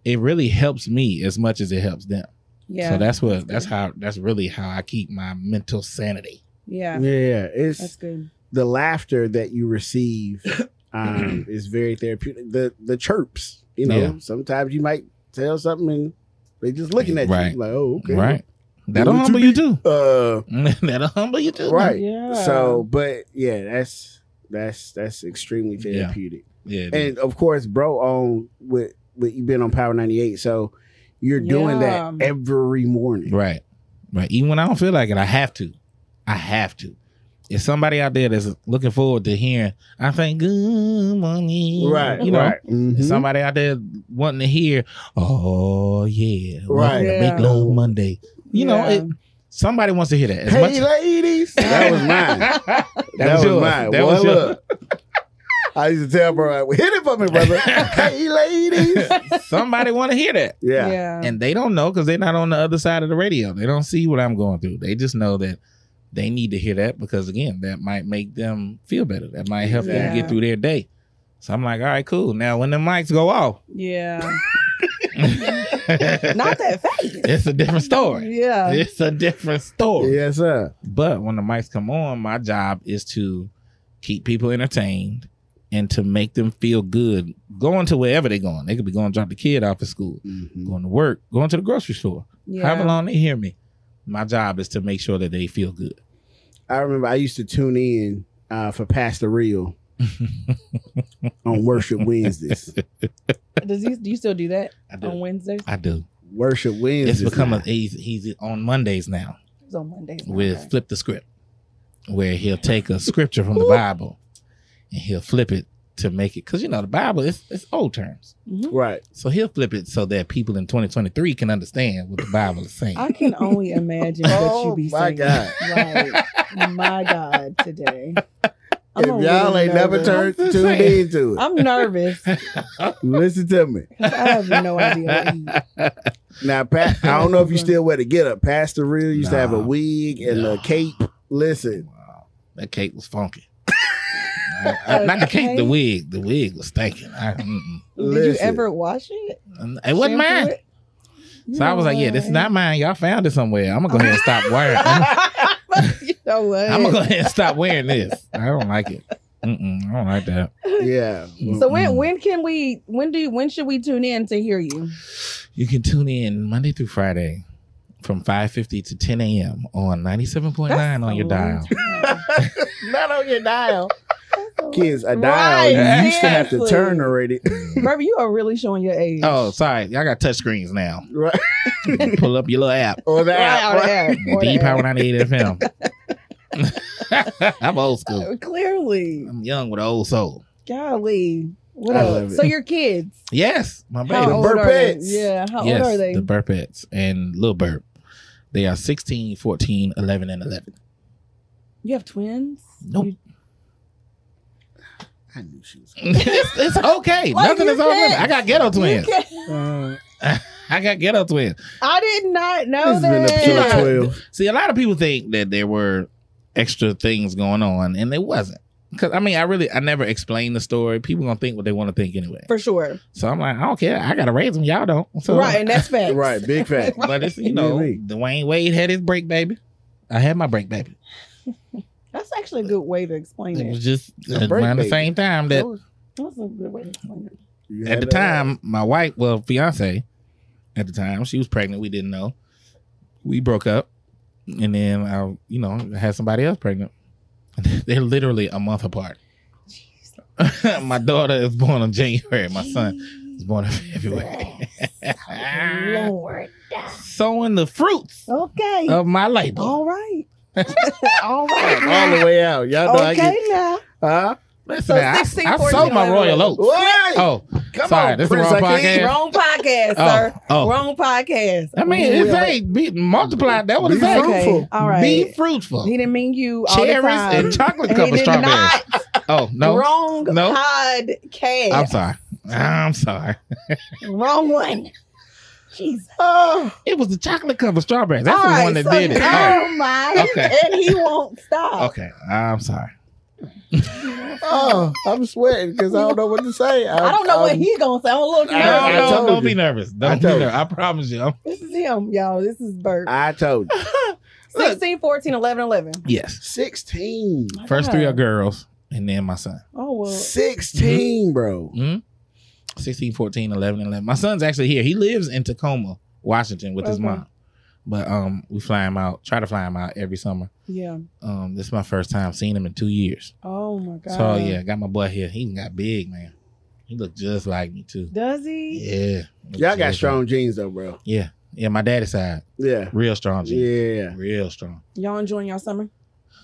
S3: it really helps me as much as it helps them
S1: Yeah.
S3: so that's what
S1: That's
S3: that's
S1: good.
S3: how that's really how i keep my mental sanity
S1: yeah.
S2: Yeah, it's
S1: That's good.
S2: the laughter that you receive um, is very therapeutic. The the chirps, you know,
S3: Yeah.
S2: sometimes you might tell something and they just looking at
S3: Right.
S2: you like, oh, okay,
S3: right that'll
S2: What you
S3: humble you too
S2: Uh,
S3: That'll humble you too.
S2: Right.
S1: Yeah.
S2: so, but yeah, that's that's that's extremely
S3: Yeah.
S2: therapeutic.
S3: Yeah. it is.
S2: And of course, bro, on with with you been on Power ninety eight, so you're doing that
S1: Yeah.
S2: every morning.
S3: right. Right. Even when I don't feel like it, I have to. I have to. If somebody out there that's looking forward to hearing, I think good morning.
S2: Right,
S3: You know.
S2: right.
S3: If
S2: Mhm.
S3: somebody out there wanting to hear, oh yeah,
S2: Right.
S1: Yeah.
S3: Big Love Monday. You know,
S1: Yeah.
S3: it, somebody wants to hear that. As
S2: hey,
S3: much-
S2: ladies, that was mine.
S3: that,
S2: That
S3: was,
S2: was,
S3: yours.
S2: mine.
S3: That
S2: Well,
S3: was yours.
S2: look, I used to tell bro, like, hit it for me, brother. hey, ladies.
S3: somebody want to hear that.
S2: Yeah.
S1: yeah.
S3: and they don't know because they're not on the other side of the radio. They don't see what I'm going through. They just know that they need to hear that because again, that might make them feel better. That might help them
S1: Yeah.
S3: get through their day. So I'm like, all right, cool. Now when the mics go off,
S1: yeah.
S3: it's
S1: Not that face.
S3: a different story.
S1: Yeah.
S3: It's a different story.
S2: Yes, sir.
S3: But when the mics come on, my job is to keep people entertained and to make them feel good going to wherever they're going. They could be going to drop the kid off at school, going to work, going to the grocery store
S1: yeah.
S3: however long they hear me. My job is to make sure that they feel good.
S2: I remember I used to tune in uh, for Pastor Real on Worship Wednesdays.
S1: Does he, do you still do that
S3: I
S1: on
S3: do.
S1: Wednesdays?
S3: I do.
S2: Worship Wednesdays.
S3: It's become
S2: now.
S3: a he's, he's on Mondays now
S1: It's on Mondays.
S3: with
S1: okay.
S3: flip the script, where he'll take a scripture from the Bible and he'll flip it to make it because you know the Bible is it's old terms,
S1: Mhm.
S2: right.
S3: so he'll flip it so that people in 2023 can understand what the Bible is saying.
S1: I can only imagine what you
S2: Oh
S1: be
S2: my
S1: saying.
S2: God.
S1: Like, my God, today. I'm
S2: if
S1: a
S2: y'all
S1: little
S2: ain't never
S1: nervous.
S2: turned
S3: I'm
S2: tuned
S3: just saying.
S2: into it,
S1: I'm nervous.
S2: listen to me.
S1: 'cause I have no idea what he
S2: Now, Pat, I don't know if you still wear the get up. Pastor Real used to have a
S3: Nah.
S2: wig and a
S3: Nah.
S2: cape. Listen,
S3: Wow, that cake was funky. I- I- not the cake,
S1: Okay.
S3: the wig. The wig was stinking. I, mm-mm.
S1: Did you
S2: Listen.
S1: ever wash it?
S3: it wasn't
S1: Shampoo
S3: mine.
S1: it? You
S3: So I
S1: know
S3: was like, yeah, this is
S1: what?
S3: not mine. Y'all found it somewhere. I'm gonna go ahead and stop wearing. I'm,
S1: you know what?
S3: gonna go ahead and stop wearing this. I don't like it. Mm-mm, I don't like that.
S2: yeah.
S1: So when
S3: Mm-mm.
S1: when can we when do you, when should we tune in to hear you?
S3: You can tune in Monday through Friday from 5:50 to 10 a.m. on 97.9 on your dial.
S2: Not on your dial. Kids, a dial.
S1: Right,
S2: you used to have to
S1: seriously.
S2: turn already.
S1: Bro, you are really showing your age.
S3: Oh, sorry, y'all got touch screens now.
S2: right.
S3: Pull up your little app,
S2: Or the app.
S1: Wow, yeah, or
S3: D
S1: that.
S3: Power 98 FM. I'm old school.
S1: Uh, Clearly,
S3: I'm young with an old soul.
S1: golly, what
S2: I
S1: up?
S2: love it.
S1: So your kids,
S3: Yes, my baby.
S1: how
S2: The
S1: old are they?
S2: Burpettes.
S1: Yeah, how
S3: yes,
S1: old are they?
S3: the Burpettes and Lil Burp. They are 16, 14, 11, and 11.
S1: You have twins?
S3: Nope.
S1: You-
S2: I knew she was.
S3: it's, it's okay.
S1: Like
S3: Nothing
S1: you
S3: is off
S1: said.
S3: limits. I got ghetto twins.
S1: You can't-
S3: I got ghetto twins.
S1: I did not know
S2: Uh, This has been
S1: that.
S2: episode twelve.
S3: See, a lot of people think that there were extra things going on, and it wasn't. Because I mean, I really, I never explained the story. People gonna think what they want to think anyway.
S1: For sure.
S3: So I'm like, I don't care. I gotta raise them. Y'all don't. So,
S1: right, and that's fact.
S2: Right, big fact.
S3: But it's you
S2: You know
S3: know,
S2: what I mean?
S3: Dwayne Wade had his break, baby. I had my break, baby.
S1: That's actually a good way to explain
S3: It was
S1: it.
S3: just
S2: A break,
S3: around the
S2: baby.
S3: same time that
S1: That's a good way to explain it.
S2: You
S3: at
S2: had
S3: the
S2: that out.
S3: time, my wife, well, fiance, at the time, she was pregnant. We didn't know. We broke up, and then I, you know, had somebody else pregnant. They're literally a month apart. my daughter is born in January. My son is born in February.
S1: Lord.
S3: Sowing the fruits
S1: Okay.
S3: of my labor.
S1: All right. All right.
S2: all the way out. Y'all know I
S1: Okay
S2: get.
S1: now.
S2: Huh?
S3: Listen,
S1: so
S3: man, I,
S1: 16,
S3: I
S1: 14,
S3: sold my royal
S1: 11.
S3: oats.
S2: What?
S3: Oh,
S2: Come
S3: sorry,
S2: on,
S3: this the
S2: Prince
S3: wrong
S2: Akeem.
S3: podcast.
S1: Wrong podcast,
S3: oh,
S1: sir.
S3: oh.
S1: Wrong podcast.
S3: I mean,
S1: Real
S3: it's
S1: late.
S3: a be multiplied. That would
S2: Be
S3: say.
S2: fruitful.
S1: Okay. All right.
S3: Be fruitful.
S1: He didn't mean you all the
S3: Oh. cherries
S1: time.
S3: and chocolate
S1: And
S3: covered
S1: he did
S3: strawberries.
S1: not.
S3: Oh no,
S1: Wrong
S3: No.
S1: podcast.
S3: I'm sorry. I'm sorry.
S1: Wrong one. Jesus.
S2: Oh,
S3: It was the chocolate covered strawberries. That's
S1: All
S3: the
S1: right,
S3: one that
S1: so-
S3: did it. Oh,
S1: Oh my.
S3: Okay.
S1: And he won't stop.
S3: okay, I'm sorry.
S2: oh, I'm sweating because I don't know what to say. I,
S1: I don't know what
S2: I'm-
S1: he's gonna say. I'm a little
S3: Um, I don't,
S2: I
S1: nervous.
S3: know.
S2: told
S3: don't
S2: you.
S3: be nervous.
S2: I
S3: Don't be
S2: told
S3: nervous. I promise you. I'm-
S1: This is him, y'all. This is Bert.
S2: I told you.
S1: 16, 14, 11, 11.
S3: yes.
S2: Sixteen.
S1: My
S3: First
S1: God.
S3: three are girls, and then my son.
S1: Oh well.
S2: 16, bro.
S3: hmm 16, 14, 11, 11. My son's actually here. He lives in Tacoma, Washington, with his
S1: Okay.
S3: mom. But um, we fly him out. Try to fly him out every summer.
S1: Yeah.
S3: Um, this is my first time seeing him in two years.
S1: Oh my God.
S3: So yeah, got my boy here. He even got big, man. He looked just like me too.
S1: Does he?
S3: Yeah.
S2: Y'all got strong jeans though, bro.
S3: Yeah. Yeah, my daddy's side.
S2: Yeah.
S3: Real strong G.
S2: Yeah.
S3: Real strong.
S1: Y'all enjoying y'all summer?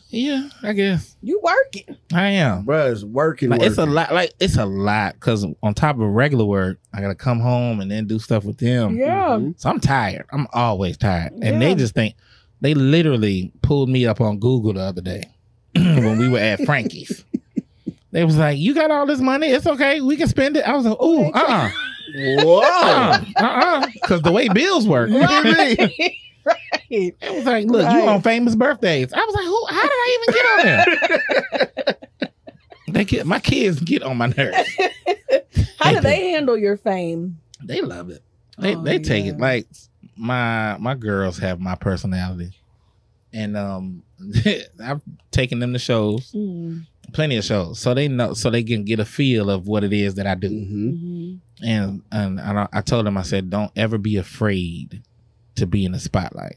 S3: Yeah, I guess.
S1: You working?
S3: I am.
S2: Bro, it's working.
S3: Like, it's a
S2: working.
S3: lot like it's a lot cuz on top of regular work, I got to come home and then do stuff with them.
S1: Yeah.
S2: Mhm.
S3: So I'm tired. I'm always tired. And
S1: Yeah.
S3: they just think they literally pulled me up on Google the other day when we were at Frankie's. they was like, "You got all this money? It's okay. We can spend it." I was like, "Ooh,
S2: Oh
S1: Like-
S3: uh-uh,
S2: Whoa.
S3: uh-uh, uh-uh," because the way bills work.
S2: You hear me?
S1: right.
S3: It was like, look, you
S1: Right.
S3: on famous birthdays. I was like, who? How did I even get on there? they get my kids get on my nerves.
S1: How do
S3: Thank you.
S1: they handle your fame?
S3: They love it. They
S1: Oh,
S3: they take it
S1: yeah.
S3: like my my girls have my personality, and um, I've taken them to shows,
S1: Mm.
S3: plenty of shows, so they know, so they can get a feel of what it is that I do.
S2: Mhm.
S1: Mm-hmm.
S3: And and, and I, I told them, I said, don't ever be afraid to be in the spotlight,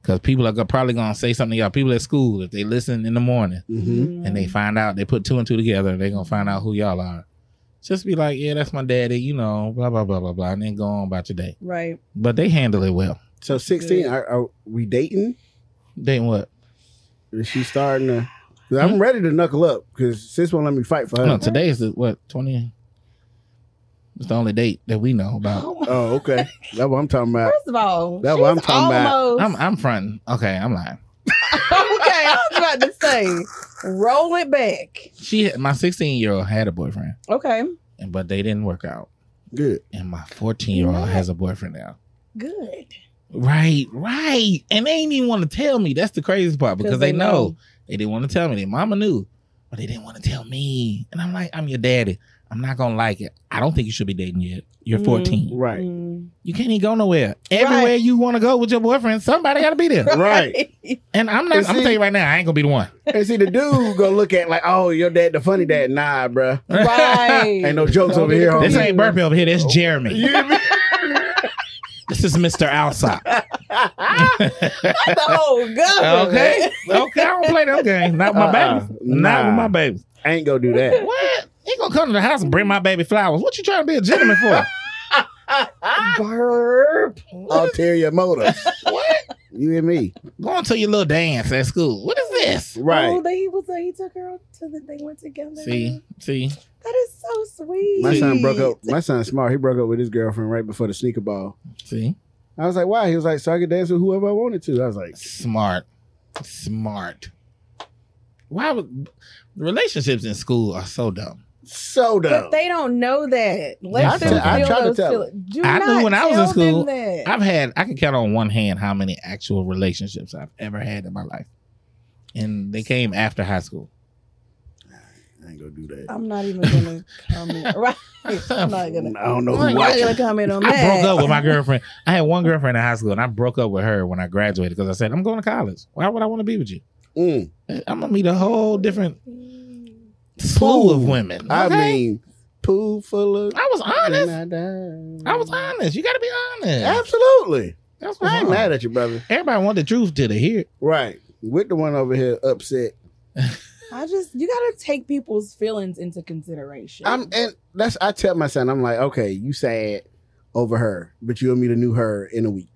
S3: because people are go- probably gonna say something to y'all. People at school, if they listen in the morning.
S2: Mhm.
S3: Mm-hmm.
S1: Mm-hmm.
S3: and they find out they put two and two together, they're gonna find out who y'all are. Just be like, yeah, that's my daddy, you know, blah blah blah blah blah, and then go on about your day.
S1: Right.
S3: But they handle it well.
S2: So 16, are, are we dating?
S3: Then what?
S2: Is she starting to?
S3: Hmm?
S2: 'cause I'm ready to knuckle up because sis won't let me fight for
S3: No,
S2: her.
S3: today is the, what twenty. It's the only date that we know about.
S1: Oh my-
S2: Oh, okay. That's what I'm talking about.
S1: First of all,
S2: That's
S1: she's
S2: what I'm talking about.
S1: almost
S3: I'm I'm fronting. Okay, I'm lying.
S1: okay, I was about to say, roll it back.
S3: She, my 16 year old had a boyfriend,
S1: Okay,
S3: and but they didn't work out.
S2: Good.
S3: And my 14 year old
S1: What?
S3: has a boyfriend now.
S1: good.
S3: Right, right. And they didn't even want to tell me. That's the craziest part because they, know. They didn't want to tell me. Their mama knew, but they didn't want to tell me. And I'm like, I'm your daddy. I'm not gonna like it. I don't think you should be dating yet. You're
S1: Mhm.
S3: 14.
S2: Right.
S1: Mm.
S3: You can't even go nowhere. Everywhere
S1: Right.
S3: you want to go with your boyfriend, somebody got to be there.
S2: Right.
S3: And I'm not.
S2: And
S3: I'm gonna
S2: see-
S3: tell you right now, I ain't gonna be the one.
S2: And see, the dude gonna look at like, oh, your dad, the funny dad. Nah, bruh.
S1: right.
S2: Ain't no jokes
S1: Don't
S2: over
S1: be
S2: here.
S1: the
S2: homie.
S3: this ain't Burpee over here. That's
S2: Oh. You
S3: Jeremy.
S2: hear me?
S3: This is Mr. Alsop.
S1: That's the whole government.
S3: okay. Okay. I don't play them games. Not with my
S2: Uh-uh.
S3: babies. Not with
S2: Nah.
S3: my babies.
S2: I ain't gonna do that.
S3: What? He gonna come to the house and bring my baby flowers. What you trying to be a gentleman for?
S1: Burp.
S2: Ulterior motive.
S3: what?
S2: You and me.
S3: Going to your little dance at school. What is this?
S2: Right.
S1: Oh, they he was he took her to the they went together.
S3: See, see,
S1: That is so sweet.
S2: My son broke up. My son's smart. He broke up with his girlfriend right before the sneaker ball.
S3: see.
S2: I was like, why? He was like, so I could dance with whoever I wanted to. I was like,
S3: Smart, smart. Why would relationships in school are so dumb?
S2: So
S1: But
S2: dumb.
S1: they don't know that.
S3: I
S1: Let them
S3: tell- I
S2: tried
S1: feel
S2: to
S1: those
S2: tell
S1: feelings. Do
S3: I knew
S1: not
S3: when I was in
S1: tell them
S3: school,
S1: that.
S3: I've had I can count on one hand how many actual relationships I've ever had in my life, and they came after high school.
S2: I ain't gonna do that.
S1: I'm not even gonna comment. Right? I'm not gonna.
S2: I don't know who
S1: I'm not
S2: watching.
S1: gonna comment on
S3: I
S1: that.
S3: broke up with my girlfriend. I had one girlfriend in high school, and I broke up with her when I graduated because I said I'm going to college. Why would I want to be with you?
S2: Mm.
S3: I'm gonna meet a whole different slew of women.
S2: I
S3: okay?
S2: mean, pool full of.
S3: I was honest.
S2: honest.
S3: I was honest. You gotta be honest.
S2: Absolutely.
S3: That's what's
S2: I ain't
S3: wrong.
S2: mad at you, brother.
S3: Everybody want the truth till they hear it.
S2: Right. With the one over here upset.
S1: I just you gotta take people's feelings into consideration.
S2: I'm eh, and that's I tell my son, I'm like, okay, you sad over her, but you'll meet a new her in a week.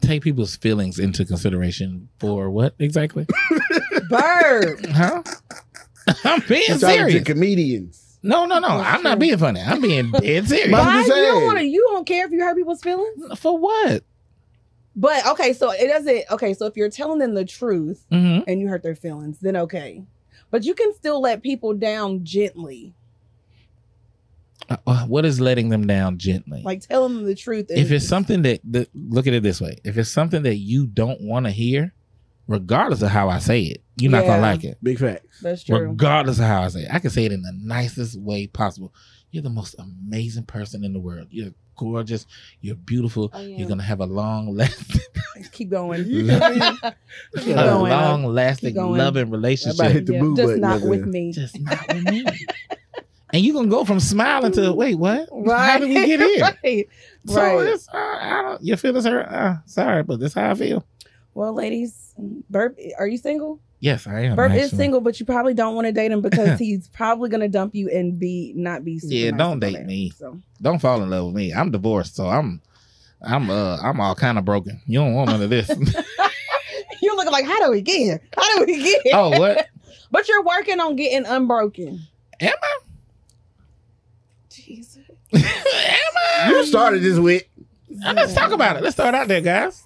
S3: Take people's feelings into consideration for what exactly?
S1: Bird.
S3: huh? I'm being
S2: You talking to
S3: serious.
S2: comedians.
S3: No, no, no. I'm not being funny. I'm being dead serious.
S2: But- I'm
S1: Why
S2: just
S1: you don't
S2: saying.
S1: want to? You don't care if you hurt people's feelings.
S3: for what?
S1: But okay, so it doesn't. Okay, so if you're telling them the truth
S3: Mm-hmm.
S1: and you hurt their feelings, then okay. But you can still let people down gently,
S3: Uh, what is letting them down gently?
S1: like tell them the truth. and-
S3: if it's something that, that look at it this way, if it's something that you don't want to hear, regardless of how I say it, you're not gonna
S1: Yeah.
S3: like it.
S2: Big fact.
S1: that's true.
S3: Regardless of how I say it, I can say it in the nicest way possible. You're the most amazing person in the world. You're gorgeous. You're beautiful.
S1: I am.
S3: You're gonna have a long lasting,
S1: keep going.
S3: Yeah.
S1: Keep
S3: a
S1: going.
S3: long lasting
S1: Keep going.
S3: loving
S2: Everybody
S3: relationship.
S2: hit the
S1: Yeah,
S2: boo
S1: just
S2: button.
S1: not
S2: over
S1: with
S2: there.
S1: me.
S3: Just not with me. And you're gonna go from smiling to wait, what?
S1: Right?
S3: How did we get here?
S1: right.
S3: So
S1: Right.
S3: it's, uh, I don't. Your feelings are uh, sorry, but that's how I feel.
S1: Well, ladies, Burp, are you single?
S3: Yes, I am.
S1: Burp is
S3: actually.
S1: single, but you probably don't want to date him because he's probably gonna dump you and be not be. Super
S3: Yeah,
S1: nice
S3: don't
S1: about
S3: date
S1: it.
S3: me.
S1: So
S3: Don't fall in love with me. I'm divorced, so I'm, I'm, uh, I'm all kind of broken. You don't want none of this.
S1: you're looking like, how do we get here? How do we get here?
S3: oh, what?
S1: But you're working on getting unbroken.
S3: Am
S1: I? Jesus.
S3: Am
S2: You
S3: I?
S2: started this with
S3: Let's talk about it. Let's start out there, guys.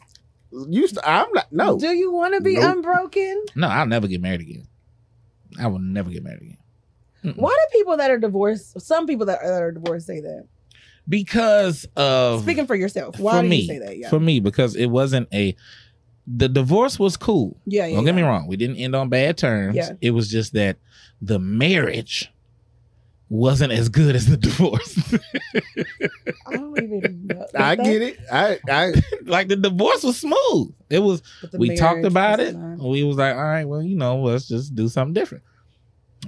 S2: you. St- I'm not. No,
S1: Do you want to be
S2: Nope.
S1: unbroken?
S3: No, I'll never get married again. I will never get married again. Mm-mm.
S1: Why do people that are divorced, some people that are, that are divorced, say that?
S3: Because of
S1: Speaking for yourself, why
S3: Oh. for
S1: do
S3: me,
S1: you say that? Yeah,
S3: for me, because it wasn't a. The divorce was cool.
S1: yeah, yeah.
S3: Don't get me
S1: yeah.
S3: wrong. We didn't end on bad terms.
S1: Yeah.
S3: It was just that the marriage wasn't as good as the divorce.
S1: I don't even. Know.
S2: I get it. I I
S3: like the divorce was smooth. It was we talked about it. We was like, all right, well, you know, let's just do something different.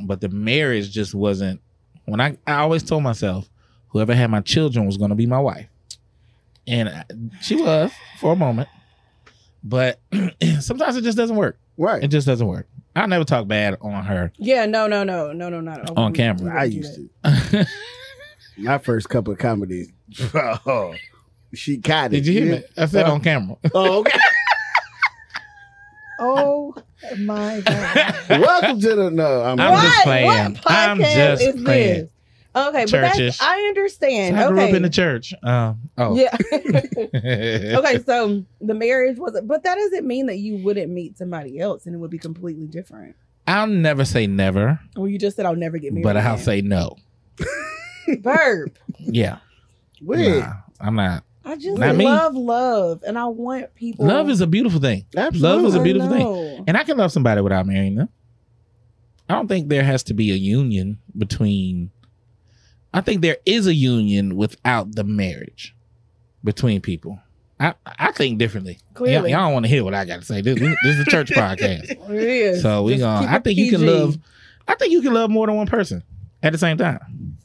S3: But the marriage just wasn't when I I always told myself, whoever had my children was gonna be my wife. And I, she was for a moment. But sometimes it just doesn't work. It
S2: right.
S3: just doesn't work. I never talk bad on her.
S1: Yeah, no, no, no, no, no, not
S3: On camera.
S2: I used to. My first couple of comedies. Oh, she caught it.
S3: Did you hear me? I said
S2: Uh,
S3: on camera.
S2: Oh, okay.
S1: Oh my god!
S2: Welcome to the no. I'm,
S3: I'm just
S1: What?
S3: playing.
S1: What podcast
S3: I'm just
S1: is
S3: playing.
S1: this? Okay, but
S3: Churches.
S1: that's, I understand.
S3: I grew
S1: okay.
S3: up in the church. Um, oh.
S1: Yeah.
S3: okay.
S1: okay, so the marriage wasn't, but that doesn't mean that you wouldn't meet somebody else and it would be completely different.
S3: I'll never say never,
S1: Well, you just said I'll never get married.
S3: but I'll
S1: again.
S3: say no.
S1: burp.
S3: Yeah.
S2: Wait,
S3: Nah, I'm not.
S1: I just
S3: Not me.
S1: love love, and I want people.
S3: Love is a beautiful thing.
S2: absolutely.
S3: Love is a
S1: I
S3: beautiful thing.
S1: know.
S3: And I can love somebody without marrying them. I don't think there has to be a union between I think there is a union without the marriage between people. I, I think differently. Y'all,
S1: Clearly,
S3: y'all don't want to hear what I got to say. This, this is a church podcast.
S1: it is.
S3: So we
S1: Just
S3: gonna.
S1: keep
S3: I
S1: it
S3: think you can
S1: PG.
S3: love. I think you can love more than one person at the same time.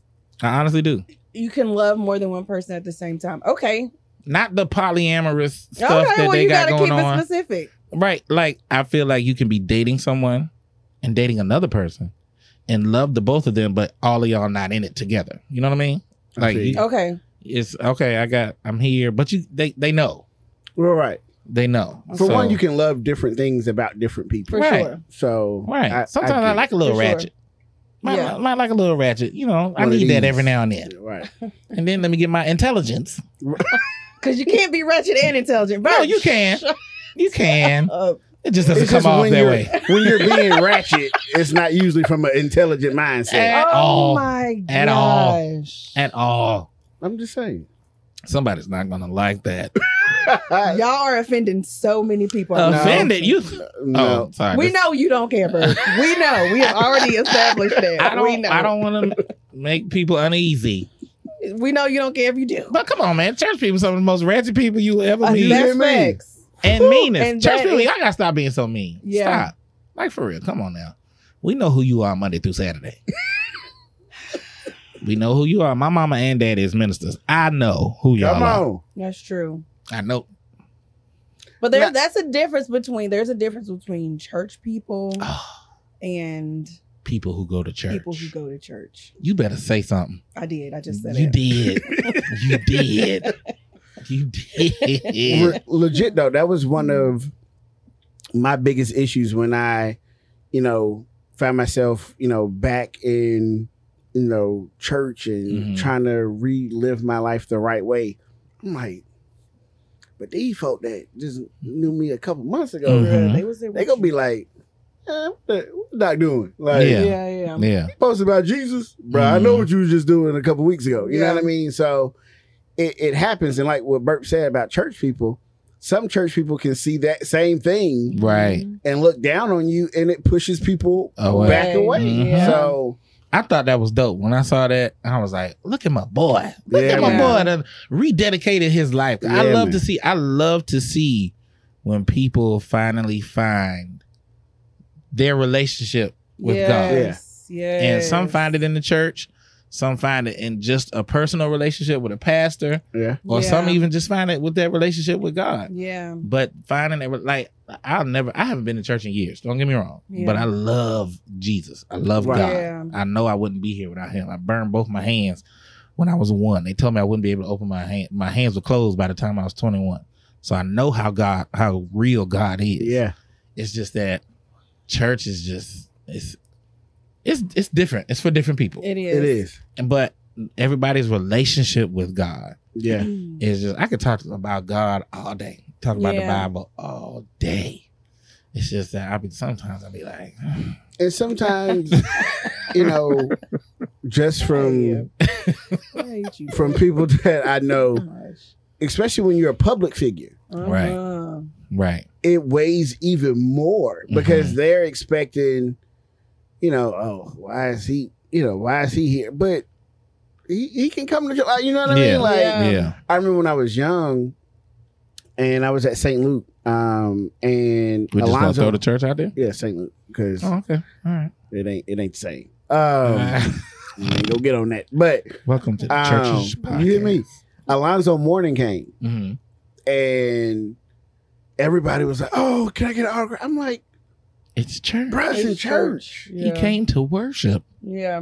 S3: I honestly do.
S1: You can love more than one person at the same time. Okay,
S3: Not the polyamorous stuff
S1: okay.
S3: that
S1: Well,
S3: they
S1: you
S3: got
S1: gotta
S3: going
S1: keep
S3: on.
S1: it specific.
S3: right. Like I feel like you can be dating someone and dating another person and love the both of them, but all of y'all not in it together. You know what I mean?
S2: I
S3: Like
S2: feel
S3: you-
S2: you.
S1: Okay,
S3: it's okay. I got. I'm here, but you. They. They know.
S2: Well, right.
S3: They know.
S2: For
S3: So-
S2: one, you can love different things about different
S1: for
S2: people.
S3: Right.
S1: sure.
S2: So
S3: Right. Sometimes I,
S2: get
S3: like a little
S1: For sure.
S3: ratchet. Might,
S1: Yeah.
S3: might like a little ratchet. You know, I
S2: one of
S3: need that
S2: these.
S3: every now and then.
S2: Right.
S3: And then let me get my intelligence.
S1: Because you can't be wretched and intelligent.
S3: No, you can. You can.
S1: Uh,
S3: It just doesn't
S2: It's
S3: come
S2: just
S3: off
S2: when
S3: that
S2: you're-
S3: way.
S2: When you're being ratchet, it's not usually from an intelligent mindset.
S3: At
S1: oh
S3: all.
S1: my gosh.
S3: At all. At all.
S2: I'm just saying.
S3: Somebody's not gonna like that. Oh,
S1: Y'all are offending so many people.
S2: No.
S3: Offended you?
S2: No.
S3: Oh, sorry.
S1: We know you don't care, bro. we know. We have already established that.
S3: I
S1: we
S3: don't.
S1: know.
S3: I don't want to make people uneasy.
S1: We know you don't care if you do.
S3: But come on, man, church people are some of the most ratchet people you will ever
S1: Uh,
S3: meet,
S2: hear
S1: that's
S2: me?
S1: facts.
S3: and meanest.
S1: and
S3: church
S1: that
S3: people,
S1: is-
S3: y'all gotta stop being so mean.
S1: Yeah.
S3: Stop. Like for real. Come on now. We know who you are Monday through Saturday. we know who you are. My mama and daddy is ministers. I know who y'all
S2: Come
S3: are.
S2: on.
S1: That's true.
S3: I know.
S1: But there,
S2: Now-
S1: that's a difference between there's a difference between church people and
S3: people who go to Ah. church.
S1: people who go to church.
S3: you better say something.
S1: I did. I just said
S3: You
S1: it.
S3: did. you did. You did.
S2: Re- legit though, that was one of my biggest issues when I, you know, found myself, you know, back in, you know, church and
S3: Mhm.
S2: trying to relive my life the right way. I'm like, but these folk that just knew me a couple months ago,
S3: Mhm.
S1: Girl, They was there
S2: they
S1: with
S2: gonna
S1: you.
S2: be like, eh, what the what the doc doing? Like,
S3: Yeah.
S2: yeah.
S1: yeah, yeah.
S3: Yeah.
S2: post about Jesus, bro. I know what you was just doing a couple weeks ago. You know what I mean? So it, it happens, and like what Burp said about church people, some church people can see that same thing
S3: Right.
S2: and look down on you, and it pushes people
S3: Away.
S2: back away.
S3: Mhm.
S2: So
S3: I thought that was dope. When I saw that, I was like, look at my boy. Look
S2: Yeah,
S3: at my
S1: man.
S3: boy that rededicated his life. I
S2: Yeah,
S3: love to
S2: man.
S3: see I love to see when people finally find their relationship with God.
S1: yes, God. Yes.
S3: And some find it in the church, some find it in just a personal relationship with a pastor,
S2: yeah,
S3: or
S1: Yeah.
S3: some even just find it with their relationship with God.
S1: Yeah.
S3: But finding that, like, I'll never, I haven't been to church in years. Don't get me wrong.
S1: Yeah.
S3: But I love Jesus. I love
S2: Right.
S3: God.
S1: Yeah.
S3: I know I wouldn't be here without Him. I burned both my hands when I was one. They told me I wouldn't be able to open my hand. My hands were closed by the time I was 21. So I know how God, how real God is.
S2: yeah,
S3: It's just that church is just, it's, it's, it's different. It's for different people.
S1: It is.
S2: it is.
S3: but everybody's relationship with God
S2: Yeah,
S1: Mm-hmm.
S3: is just I could talk about God all day, talk about the
S1: Yeah.
S3: Bible all day. It's just that I be sometimes I be like,
S2: and sometimes you know, just from
S1: I hate you.
S2: from people that I know, especially when you're a public figure.
S3: Right.
S1: Uh-huh.
S3: right,
S2: it weighs even more because
S3: Mm-hmm.
S2: they're expecting, you know, oh, why is he, you know, why is he here? But he, he can come to, like, you know what I
S3: Yeah.
S2: mean? Like,
S1: Yeah.
S3: yeah,
S2: I remember when I was young and I was at St. Luke, um, and
S3: we just gonna
S2: Alonzo,
S3: throw the church out there.
S2: yeah, St. Luke, because
S3: Oh, okay, all right.
S2: it ain't, it ain't the same. Um, we ain't gonna get on that, but
S3: Welcome to the
S2: um,
S3: church's
S2: you
S3: podcast.
S2: hear me? Alonzo Morning came
S3: Mhm.
S2: and everybody was like, oh, can I get an autograph? I'm like,
S3: It's church.
S2: bro, it's in
S1: It's
S2: church.
S1: Yeah.
S3: He came to worship.
S1: Yeah.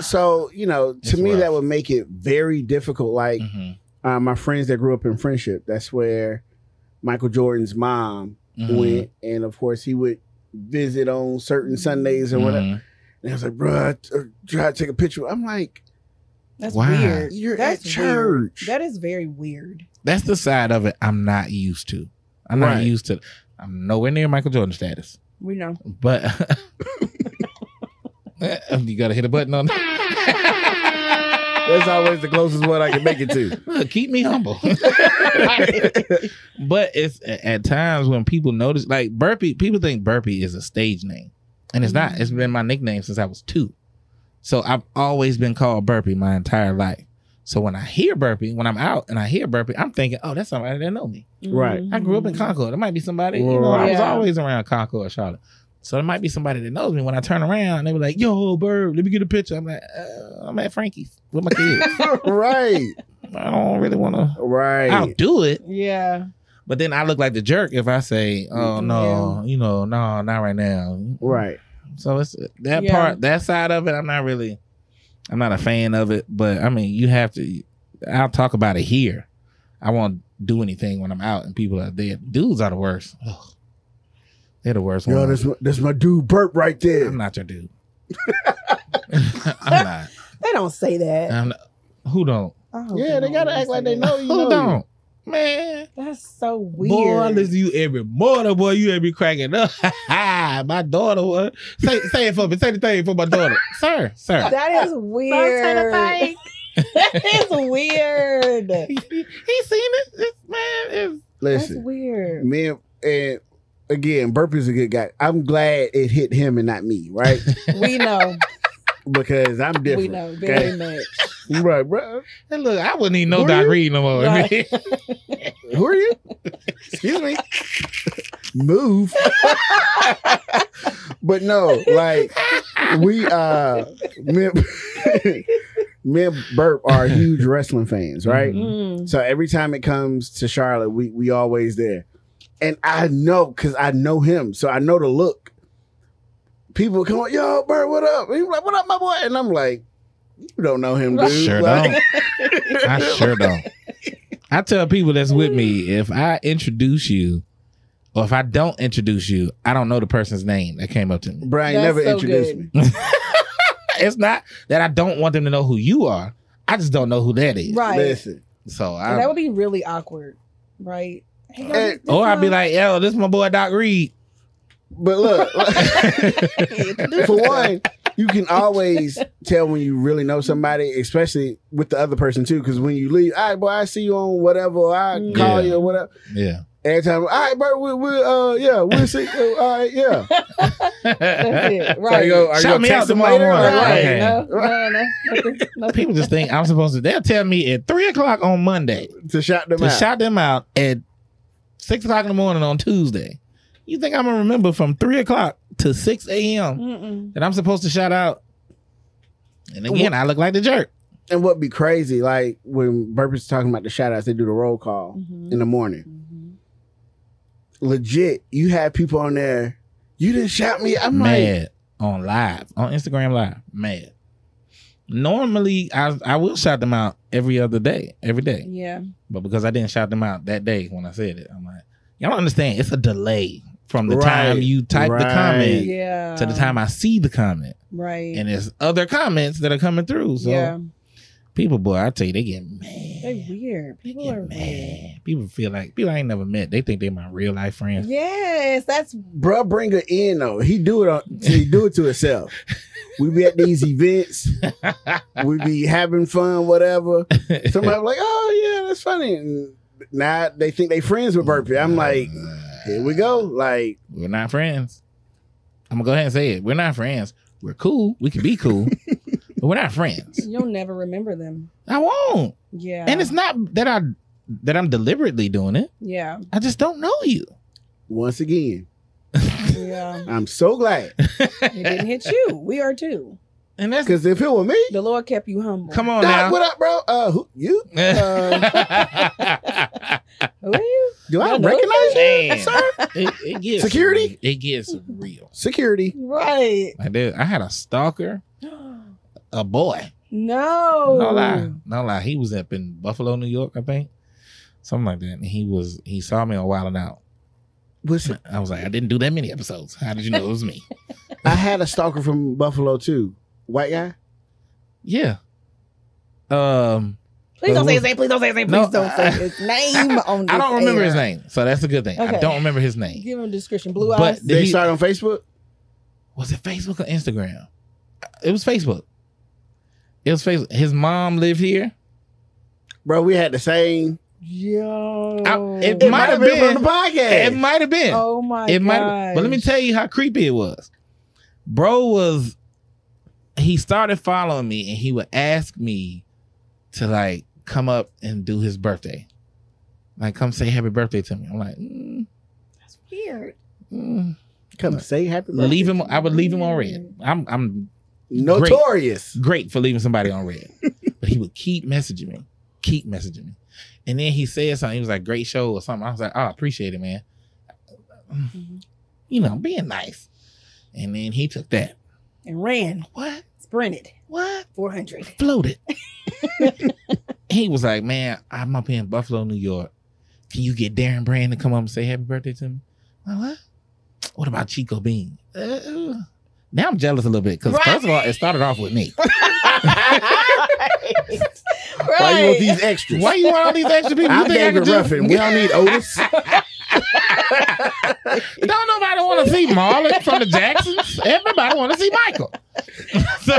S2: so you know to
S3: It's
S2: me
S3: rough.
S2: that would make it very difficult like
S3: Mhm.
S2: uh, my friends that grew up in friendship that's where michael jordan's mom
S3: Mhm.
S2: went and of course he would visit on certain sundays and whatever
S3: Mhm.
S2: and i was like bro I t- uh, try to take a picture i'm like
S1: That's
S3: Why?
S1: weird.
S2: you're
S1: That's
S2: at
S1: weird.
S2: church
S1: That is very weird.
S3: That's the side of it I'm not used to. I'm not
S2: Right.
S3: used to. I'm nowhere near Michael Jordan status.
S1: We know.
S3: But you gotta hit a button on that.
S2: that's always the closest one i can make it to
S3: Look, keep me humble. but it's a- at times when people notice, like Burpee, people think Burpee is a stage name, and it's not. It's been my nickname since I was two, so I've always been called Burpee my entire life. So when I hear Burpee, when I'm out and I hear Burpee, I'm thinking, oh, that's somebody that know me.
S2: Right.
S3: I grew up in Concord. It might be somebody. You know, I was
S1: Mm-hmm. Yeah.
S3: always around Concord, Charlotte. So it might be somebody that knows me. When I turn around, they were like, "Yo, bird, let me get a picture." I'm like, uh, "I'm at Frankie's with my kids.
S2: right
S3: I don't really want to.
S2: right
S3: I'll do it,
S1: Yeah.
S3: but then I look like the jerk if I say, "Oh no, you know, no, not right now."
S2: right
S3: So it's that
S1: Yeah.
S3: part, that side of it. I'm not really, I'm not a fan of it. But I mean, you have to. I'll talk about it here. I won't do anything when I'm out and people are there. Dudes are the worst. Ugh. They're the worst
S2: yo
S3: ones.
S2: that's my, that's my dude burp right there
S3: I'm not your dude. I'm not.
S1: They don't say that.
S3: I'm not. Who don't?
S1: I hope
S2: yeah they
S1: don't
S2: gotta
S1: really
S2: act
S1: say
S2: like they
S1: that.
S2: know Oh, you
S3: Who
S2: know you.
S3: don't? Man,
S1: That's so
S3: boy, I
S1: weird.
S3: listen to you every morning, boy. You every cracking up. my daughter, what? Say, say it for me. Say the thing for my daughter, sir, sir.
S1: that is weird. that is weird.
S3: He, he- he seen it. This man is.
S1: That's
S2: Listen,
S1: weird.
S2: me and, and again, Burpee's a good guy. I'm glad it hit him and not me, right?
S1: We know.
S2: because I'm
S1: we
S2: different.
S1: know very much.
S2: You right, bro?
S3: Hey, look, I wouldn't even know
S2: Were
S3: Doc
S2: you?
S3: Reed no more.
S1: Right.
S2: Who are you? Excuse me. Move. but no, like we uh me, and- me and Burp are huge wrestling fans, right?
S1: Mm.
S2: So every time it comes to Charlotte, we we always there. And I know because I know him, so I know the look. People come on, yo, Bert, what up? And he's like, what up, my boy? And I'm like, you don't know him,
S1: I
S2: dude.
S3: sure
S2: like,
S3: don't. I sure don't. I tell people that's with me if I introduce you, or if I don't introduce you, I don't know the person's name that came up to me.
S2: Brian
S1: That's
S2: never
S1: so
S2: introduced
S1: good.
S2: me.
S3: It's not that I don't want them to know who you are. I just don't know who that is.
S1: Right.
S2: Listen,
S3: So
S1: So that
S3: I,
S1: would be really awkward, right? Hey, y'all,
S2: Hey,
S1: this
S3: or I'd be
S1: is-
S3: like, yo, this my boy Doc Reed.
S2: but look, for one, you can always tell when you really know somebody, especially with the other person too. Because when you leave, all right, boy, I see you on whatever. I
S1: Mm.
S2: call
S3: Yeah.
S2: you or whatever.
S3: yeah.
S2: Every time, all right, Bert, we, we, uh, yeah, we'll see. you. all right, yeah.
S1: That's it,
S2: So
S1: right?
S2: you go, are you
S3: Shout
S2: gonna
S3: me
S2: text
S3: out
S2: them
S3: tomorrow
S2: later?
S3: morning.
S2: Or what?
S1: Right.
S3: Okay.
S1: No, no, no, nothing, nothing.
S3: People just think I'm supposed to. They'll tell me at three o'clock on Monday
S2: to shout them
S3: to
S2: out.
S3: shout them out at six o'clock in the morning on Tuesday. You think I'm gonna remember from three o'clock to six a.m.
S1: Mm-mm.
S3: that I'm supposed to shout out? And again, I look like the jerk.
S2: and what'd be crazy, like when Burpee's talking about the shout outs, they do the roll call
S3: Mm-hmm.
S1: Mhm.
S2: in the morning.
S1: Mhm.
S2: Legit, you have people on there. You didn't shout me. I'm like,
S3: mad on live on Instagram live. Mad. Normally, I I will shout them out every other day, every day.
S1: Yeah,
S3: But because I didn't shout them out that day when I said it, I'm like, y'all don't understand. It's a delay from the
S2: Right,
S3: time you type the
S2: right.
S3: comment
S1: yeah.
S3: to the time I see the comment.
S1: right?
S3: And there's other comments that are coming through. So
S1: yeah,
S3: people, boy, I tell you, they get mad.
S1: they weird.
S3: They
S1: People
S3: get
S1: are weird.
S3: mad. People feel like people I ain't never met. They think they my real life friends.
S1: Yes, that's
S2: bruh, bring her in though. He do it on, he do it to himself. we be at these events, we be having fun, whatever. Somebody be like, oh yeah, that's funny. And now they think they friends with Burpee. I'm like, here we go. Like,
S3: We're not friends. I'm gonna go ahead and say it. We're not friends. We're cool. We can be cool, but we're not friends.
S1: you'll never remember them.
S3: I won't.
S1: Yeah,
S3: And it's not that I that I'm deliberately doing it.
S1: yeah,
S3: I just don't know you.
S2: once again,
S1: yeah.
S2: I'm so glad.
S1: It didn't hit you. We are too.
S3: And that's
S2: Cause if it were me,
S1: The Lord kept you humble.
S3: come on
S2: Doc,
S3: now.
S2: what up, bro? Uh who you?
S1: who are you?
S2: Do I
S1: Y'all know
S2: recognize you?
S3: Man,
S2: Sir?
S3: it, it gets
S2: Security?
S3: It gets real.
S2: Security.
S1: Right?
S3: I did. I had a stalker, a boy.
S1: No,
S3: No lie, no lie. He was up in Buffalo, New York, I think, something like that. And he was he saw me on Wild and Out.
S2: What's
S3: I was like, I didn't do that many episodes. How did you know it was me?
S2: I had a stalker from Buffalo too. White guy?
S3: yeah. Um,
S1: Please don't say his name. Please don't say his name. Please
S3: No,
S1: don't say
S3: I-
S1: his name on
S3: I don't
S1: this
S3: remember
S1: air.
S3: his name, so that's a good thing. I
S1: Okay.
S3: don't remember his name.
S1: Give him a description. Blue
S3: But
S1: eyes.
S3: Did
S2: They
S3: he-
S2: started on Facebook?
S3: Was it Facebook or Instagram? It was Facebook. It was Facebook. His mom lived here.
S2: Bro, we had the same
S1: Yo.
S3: I- it might
S2: It might
S3: have
S2: have been from
S3: been.
S2: the podcast.
S3: It might have been.
S1: oh my
S3: it might.
S1: god.
S3: But let me tell you how creepy it was. Bro was he started following me and he would ask me to like come up and do his birthday. Like come say happy birthday to me. I'm like, mm,
S1: That's weird.
S3: mm.
S2: Come say happy birthday.
S3: leave him. I would leave him on red. I'm I'm
S2: Notorious.
S3: great for leaving somebody on red. but he would keep messaging me, keep messaging me. And then he said something. He was like, great show or something. I was like, oh, I appreciate it, man. You know, being nice. And then he took that.
S1: And ran,
S3: What?
S1: sprinted,
S3: What?
S1: 400.
S3: Floated. he was like, man, I'm up here in Buffalo, New York. Can you get Darren Brand to come up and say happy birthday to me? I'm like, what? What about Chico Bean? Uh, now I'm jealous a little bit because
S1: Right.
S3: first of all, it started off with me.
S2: Why you want
S1: right.
S2: these extras?
S3: Why you want all these extra people? You
S2: I'm
S3: think I
S2: David
S3: could just,
S2: Ruffin. We don't need Otis.
S3: Don't nobody want to see Marlon from the Jacksons. Everybody want to see Michael. So-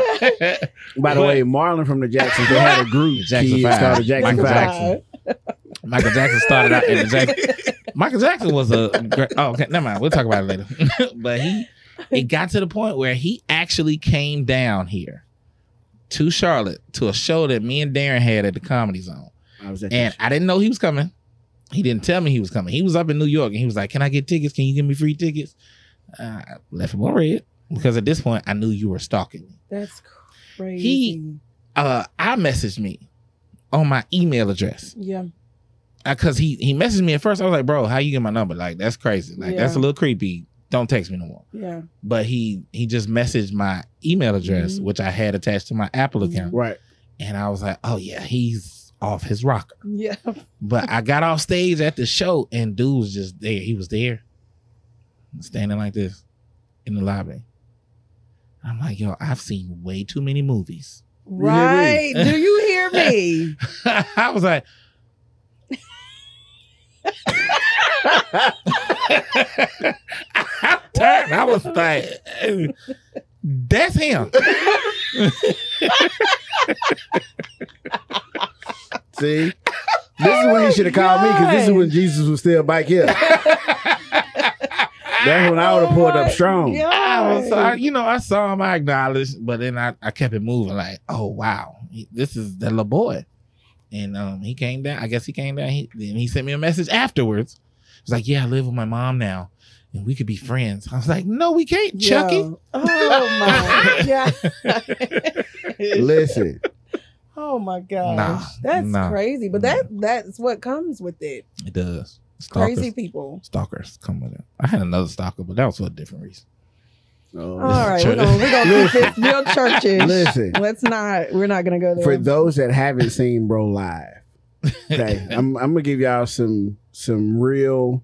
S2: By the
S3: But-
S2: way, Marlon from the Jacksons, they had a group.
S3: Jackson
S2: kids
S3: Five.
S2: called the Jackson
S3: Michael
S2: Five.
S3: Jackson. Michael Jackson started out in the Jackson. Michael Jackson was a great, oh okay, never mind. We'll talk about it later. but he it got to the point where he actually came down here to Charlotte to a show that me and Darren had at the Comedy Zone.
S2: I was at that
S3: And I didn't know he was coming. He didn't tell me he was coming. He was up in New York and he was like, Can I get tickets? Can you give me free tickets? Uh, I left him on red because at this point I knew you were stalking me.
S1: That's crazy.
S3: He- Uh, I messaged me on my email address
S1: yeah.
S3: because he, he messaged me at first. I was like, Bro, how you get my number? Like, that's crazy. Like, that's a
S1: Yeah.
S3: little creepy. Don't text me no more.
S1: Yeah.
S3: But he he just messaged my email address,
S1: Mhm.
S3: which I had attached to my Apple account.
S2: Right.
S3: And I was like, Oh, yeah, he's off his rocker.
S1: Yeah.
S3: But I got off stage at the show and dude was just there. He was there, standing like this in the lobby. I'm like, yo, I've seen way too many movies.
S1: Right. Do you hear me?
S3: I was like, I turned. I was like, that's him.
S2: See? This is when he should have called me because this is when Jesus was still back here. That's when I would have
S1: Oh
S2: pulled up strong.
S3: I was, I,
S1: Yeah.
S3: you know, I saw him, I acknowledged, but then I, I kept it moving. Like, oh wow, he- this is the little boy, and um, he came down. I guess he came down. He then he sent me a message afterwards. He was like, yeah, I live with my mom now, and we could be friends. I was like, no, we can't, Chucky.
S1: Yo. Oh my god.
S2: Listen,
S1: Oh my gosh.
S3: Nah,
S1: That's
S3: nah,
S1: crazy. But that that's what comes with it.
S3: It does. Stalkers,
S1: Crazy people.
S3: stalkers come with it. I had another stalker, but that was for a different reason.
S2: Oh,
S1: All right,
S3: church.
S1: we're gonna, we're gonna keep this real churchish.
S2: listen.
S1: Let's not. We're not gonna go there.
S2: For those that haven't seen Bro Live, okay, I'm, I'm gonna give y'all some some real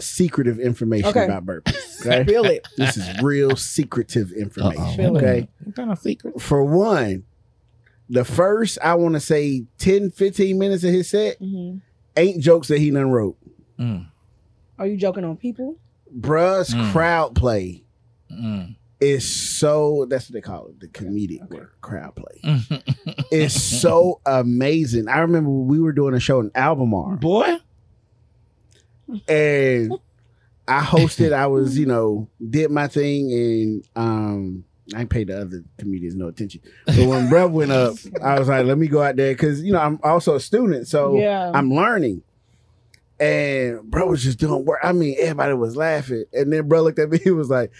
S2: secretive information
S1: Okay.
S2: about burpees. Okay,
S1: Feel it.
S2: this is real secretive information.
S3: Uh-oh.
S1: Feel it.
S2: Okay,
S3: What kind of secret?
S2: for one, the first I want to say 10, 15 minutes of his set
S1: Mhm.
S2: ain't jokes that he done wrote.
S3: Mm,
S1: Are you joking on people?
S2: Bruh's
S3: Mm.
S2: crowd play
S3: mm,
S2: is so that's what they call it the comedic
S1: Okay.
S2: word, crowd play.
S3: mm.
S2: It's so amazing. I remember we were doing a show in Albemarle
S3: Boy,
S2: and I hosted. I was, you know, did my thing, and um, I paid the other comedians no attention. But when Bruh went up, I was like, let me go out there because you know I'm also a student, so
S1: yeah.
S2: I'm learning. And bro was just doing work. I mean, everybody was laughing. And then bro looked at me, he was like,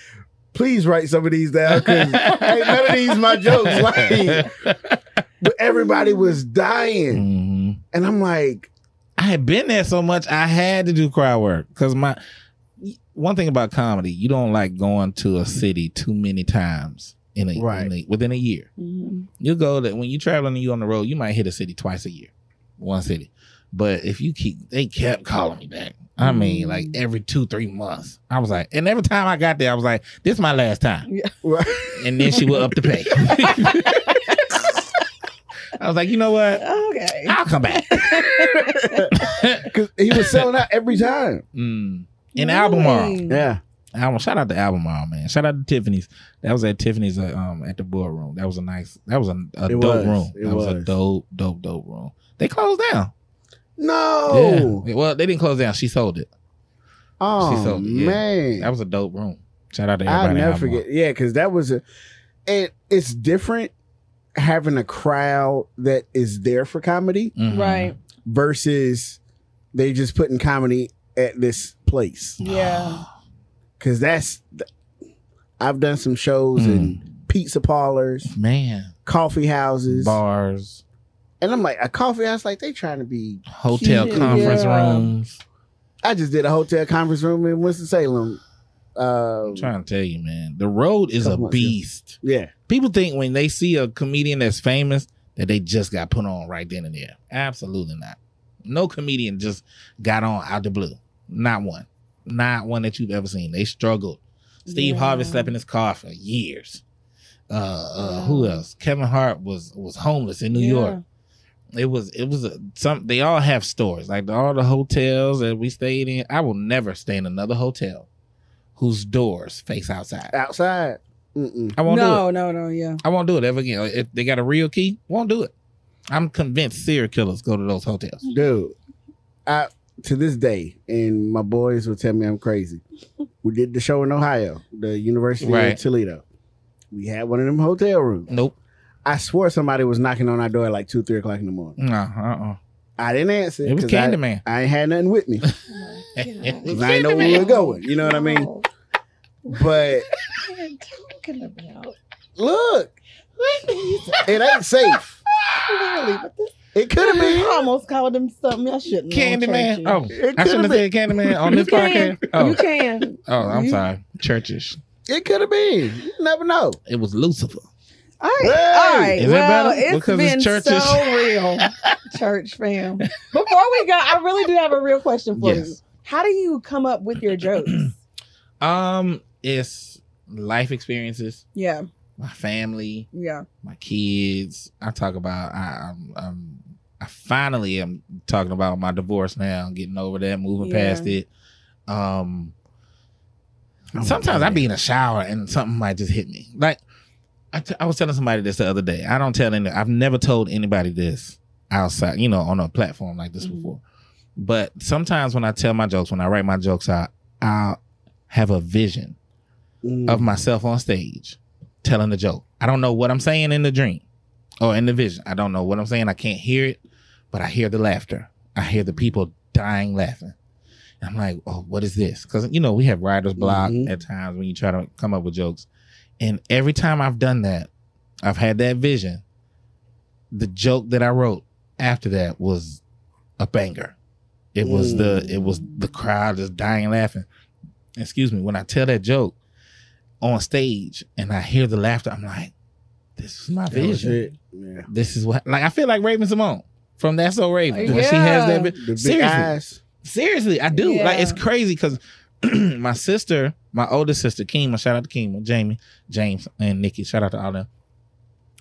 S2: please write some of these down because ain't none of these my jokes. Like, but everybody was dying.
S3: Mhm.
S2: And I'm like,
S3: I had been there so much, I had to do crowd work because my one thing about comedy, you don't like going to a city too many times in a,
S2: Right.
S3: in a- within a year.
S1: Mhm.
S3: You go that when you're traveling and you on the road, you might hit a city twice a year, one city. But if you keep, they kept calling me back. I mean,
S1: Mm.
S3: like every two, three months. I was like, and every time I got there, I was like, this is my last time and then she will up the pay. I was like, you know what?
S1: Okay.
S3: I'll come back.
S2: because he was selling out every time.
S3: Mm. In Albemarle.
S1: Really?
S2: Yeah.
S3: Album, shout out to Albemarle, man. Shout out to Tiffany's. That was at Tiffany's uh, um at the ballroom. That was a nice. That was a, a
S2: It
S3: dope
S2: was.
S3: room.
S2: It
S3: that was. a
S2: was.
S3: dope, dope, dope room. They closed down.
S2: No.
S3: Yeah. Well, they didn't close down. She sold it.
S2: Oh,
S3: She sold- yeah.
S2: man.
S3: That was a dope room. Shout out to everybody.
S2: I'll
S3: at
S2: never
S3: Albemarle.
S2: forget. Yeah, because that was a. It, it's different having a crowd that is there for comedy
S3: Mhm.
S1: Right.
S2: versus they just putting comedy at this place.
S3: Oh,
S1: Yeah.
S2: Because that's. I've done some shows in
S3: Mm.
S2: pizza parlors,
S3: Man,
S2: coffee houses,
S3: bars,
S2: and I'm like a coffee house. Like they trying to be.
S3: hotel
S1: Yeah.
S3: conference
S1: Yeah.
S3: rooms.
S2: I just did a hotel conference room in Winston Salem. Um,
S3: I'm trying to tell you, man, the road is
S2: Couple
S3: a
S2: months, yeah.
S3: beast.
S2: yeah,
S3: People think when they see a comedian that's famous that they just got put on right then and there. Absolutely not. No comedian just got on out the blue. Not one. Not one that you've ever seen. They struggled. Steve
S1: Yeah.
S3: Harvey slept in his car for years. uh, uh who else? Kevin Hart was was homeless in New York. It was it was a, some. They all have stories like all the hotels that we stayed in. I will never stay in another hotel whose doors face outside.
S2: outside. Mm-mm.
S3: I won't do it.
S1: No, no, no. Yeah.
S3: I won't do it ever again. Like, If they got a real key, won't do it. I'm convinced serial killers go to those hotels.
S2: Dude, I to this day, and my boys will tell me I'm crazy. We did the show in Ohio, the University
S3: Right.
S2: of Toledo. We had one of them hotel rooms.
S3: Nope.
S2: I swore somebody was knocking on our door at like two, three o'clock in the morning.
S3: No. Uh. uh
S2: I didn't answer
S3: It was
S2: 'cause I,
S3: Candyman.
S2: I ain't had nothing with me.
S3: It
S2: 'cause I ain't know where we were going. You know what I mean?
S1: Oh,
S2: But
S4: What are you talking about?
S2: look,
S4: What are you
S2: it ain't safe.
S4: Clearly, but this
S2: It could have
S4: I
S2: been.
S4: almost called him something I shouldn't. have.
S3: Candyman. Oh, I shouldn't
S2: It could have
S3: have
S2: been.
S3: said Candyman on this
S1: You can.
S3: podcast. Oh,
S1: You can.
S3: oh, I'm
S1: You-
S3: sorry. Churches.
S2: It could have been. You never know.
S3: It was Lucifer.
S1: All right.
S2: Hey!
S1: All right.
S3: Is it
S1: well,
S3: better?
S1: it's
S3: Because it's
S1: been
S3: churches.
S1: so real.
S4: church fam. Before we go, I really do have a real question for
S3: Yes.
S4: you.
S1: How do you come up with your jokes?
S3: Um, it's life experiences,
S1: yeah.
S3: my family,
S1: Yeah.
S3: my kids. I talk about. I, I'm. I'm I finally am talking about my divorce now, getting over that, moving
S1: Yeah.
S3: past it. Um,
S2: Oh, my
S3: Sometimes
S2: God.
S3: i be in the shower and something might just hit me. Like I, t- I was telling somebody this the other day. I don't tell any. I've never told anybody this outside, you know, on a platform like this
S1: Mhm.
S3: before. But sometimes when I tell my jokes, when I write my jokes out, I'll have a vision
S2: Mm.
S3: of myself on stage telling the joke. I don't know what I'm saying in the dream or in the vision. I don't know what I'm saying. I can't hear it, but I hear the laughter. I hear the people dying laughing. And I'm like, oh, what is this? Because, you know, we have writer's block
S2: Mhm.
S3: at times when you try to come up with jokes. And every time I've done that, I've had that vision. The joke that I wrote after that was a banger. It was the it was the crowd just dying laughing. Excuse me. When I tell that joke on stage and I hear the laughter, I'm like, this is my
S2: That was
S3: vision.
S2: it. Yeah.
S3: This is what like I feel like Raven Simone from That's So Raven. When she
S1: Oh, Yeah.
S3: has that vi-
S2: The big
S3: Seriously.
S2: eyes.
S3: Seriously, I do. Like
S1: Yeah.
S3: it's crazy because my sister, my older sister, Keema, shout out to Keema, Jamie, James, and Nikki, shout out to all them.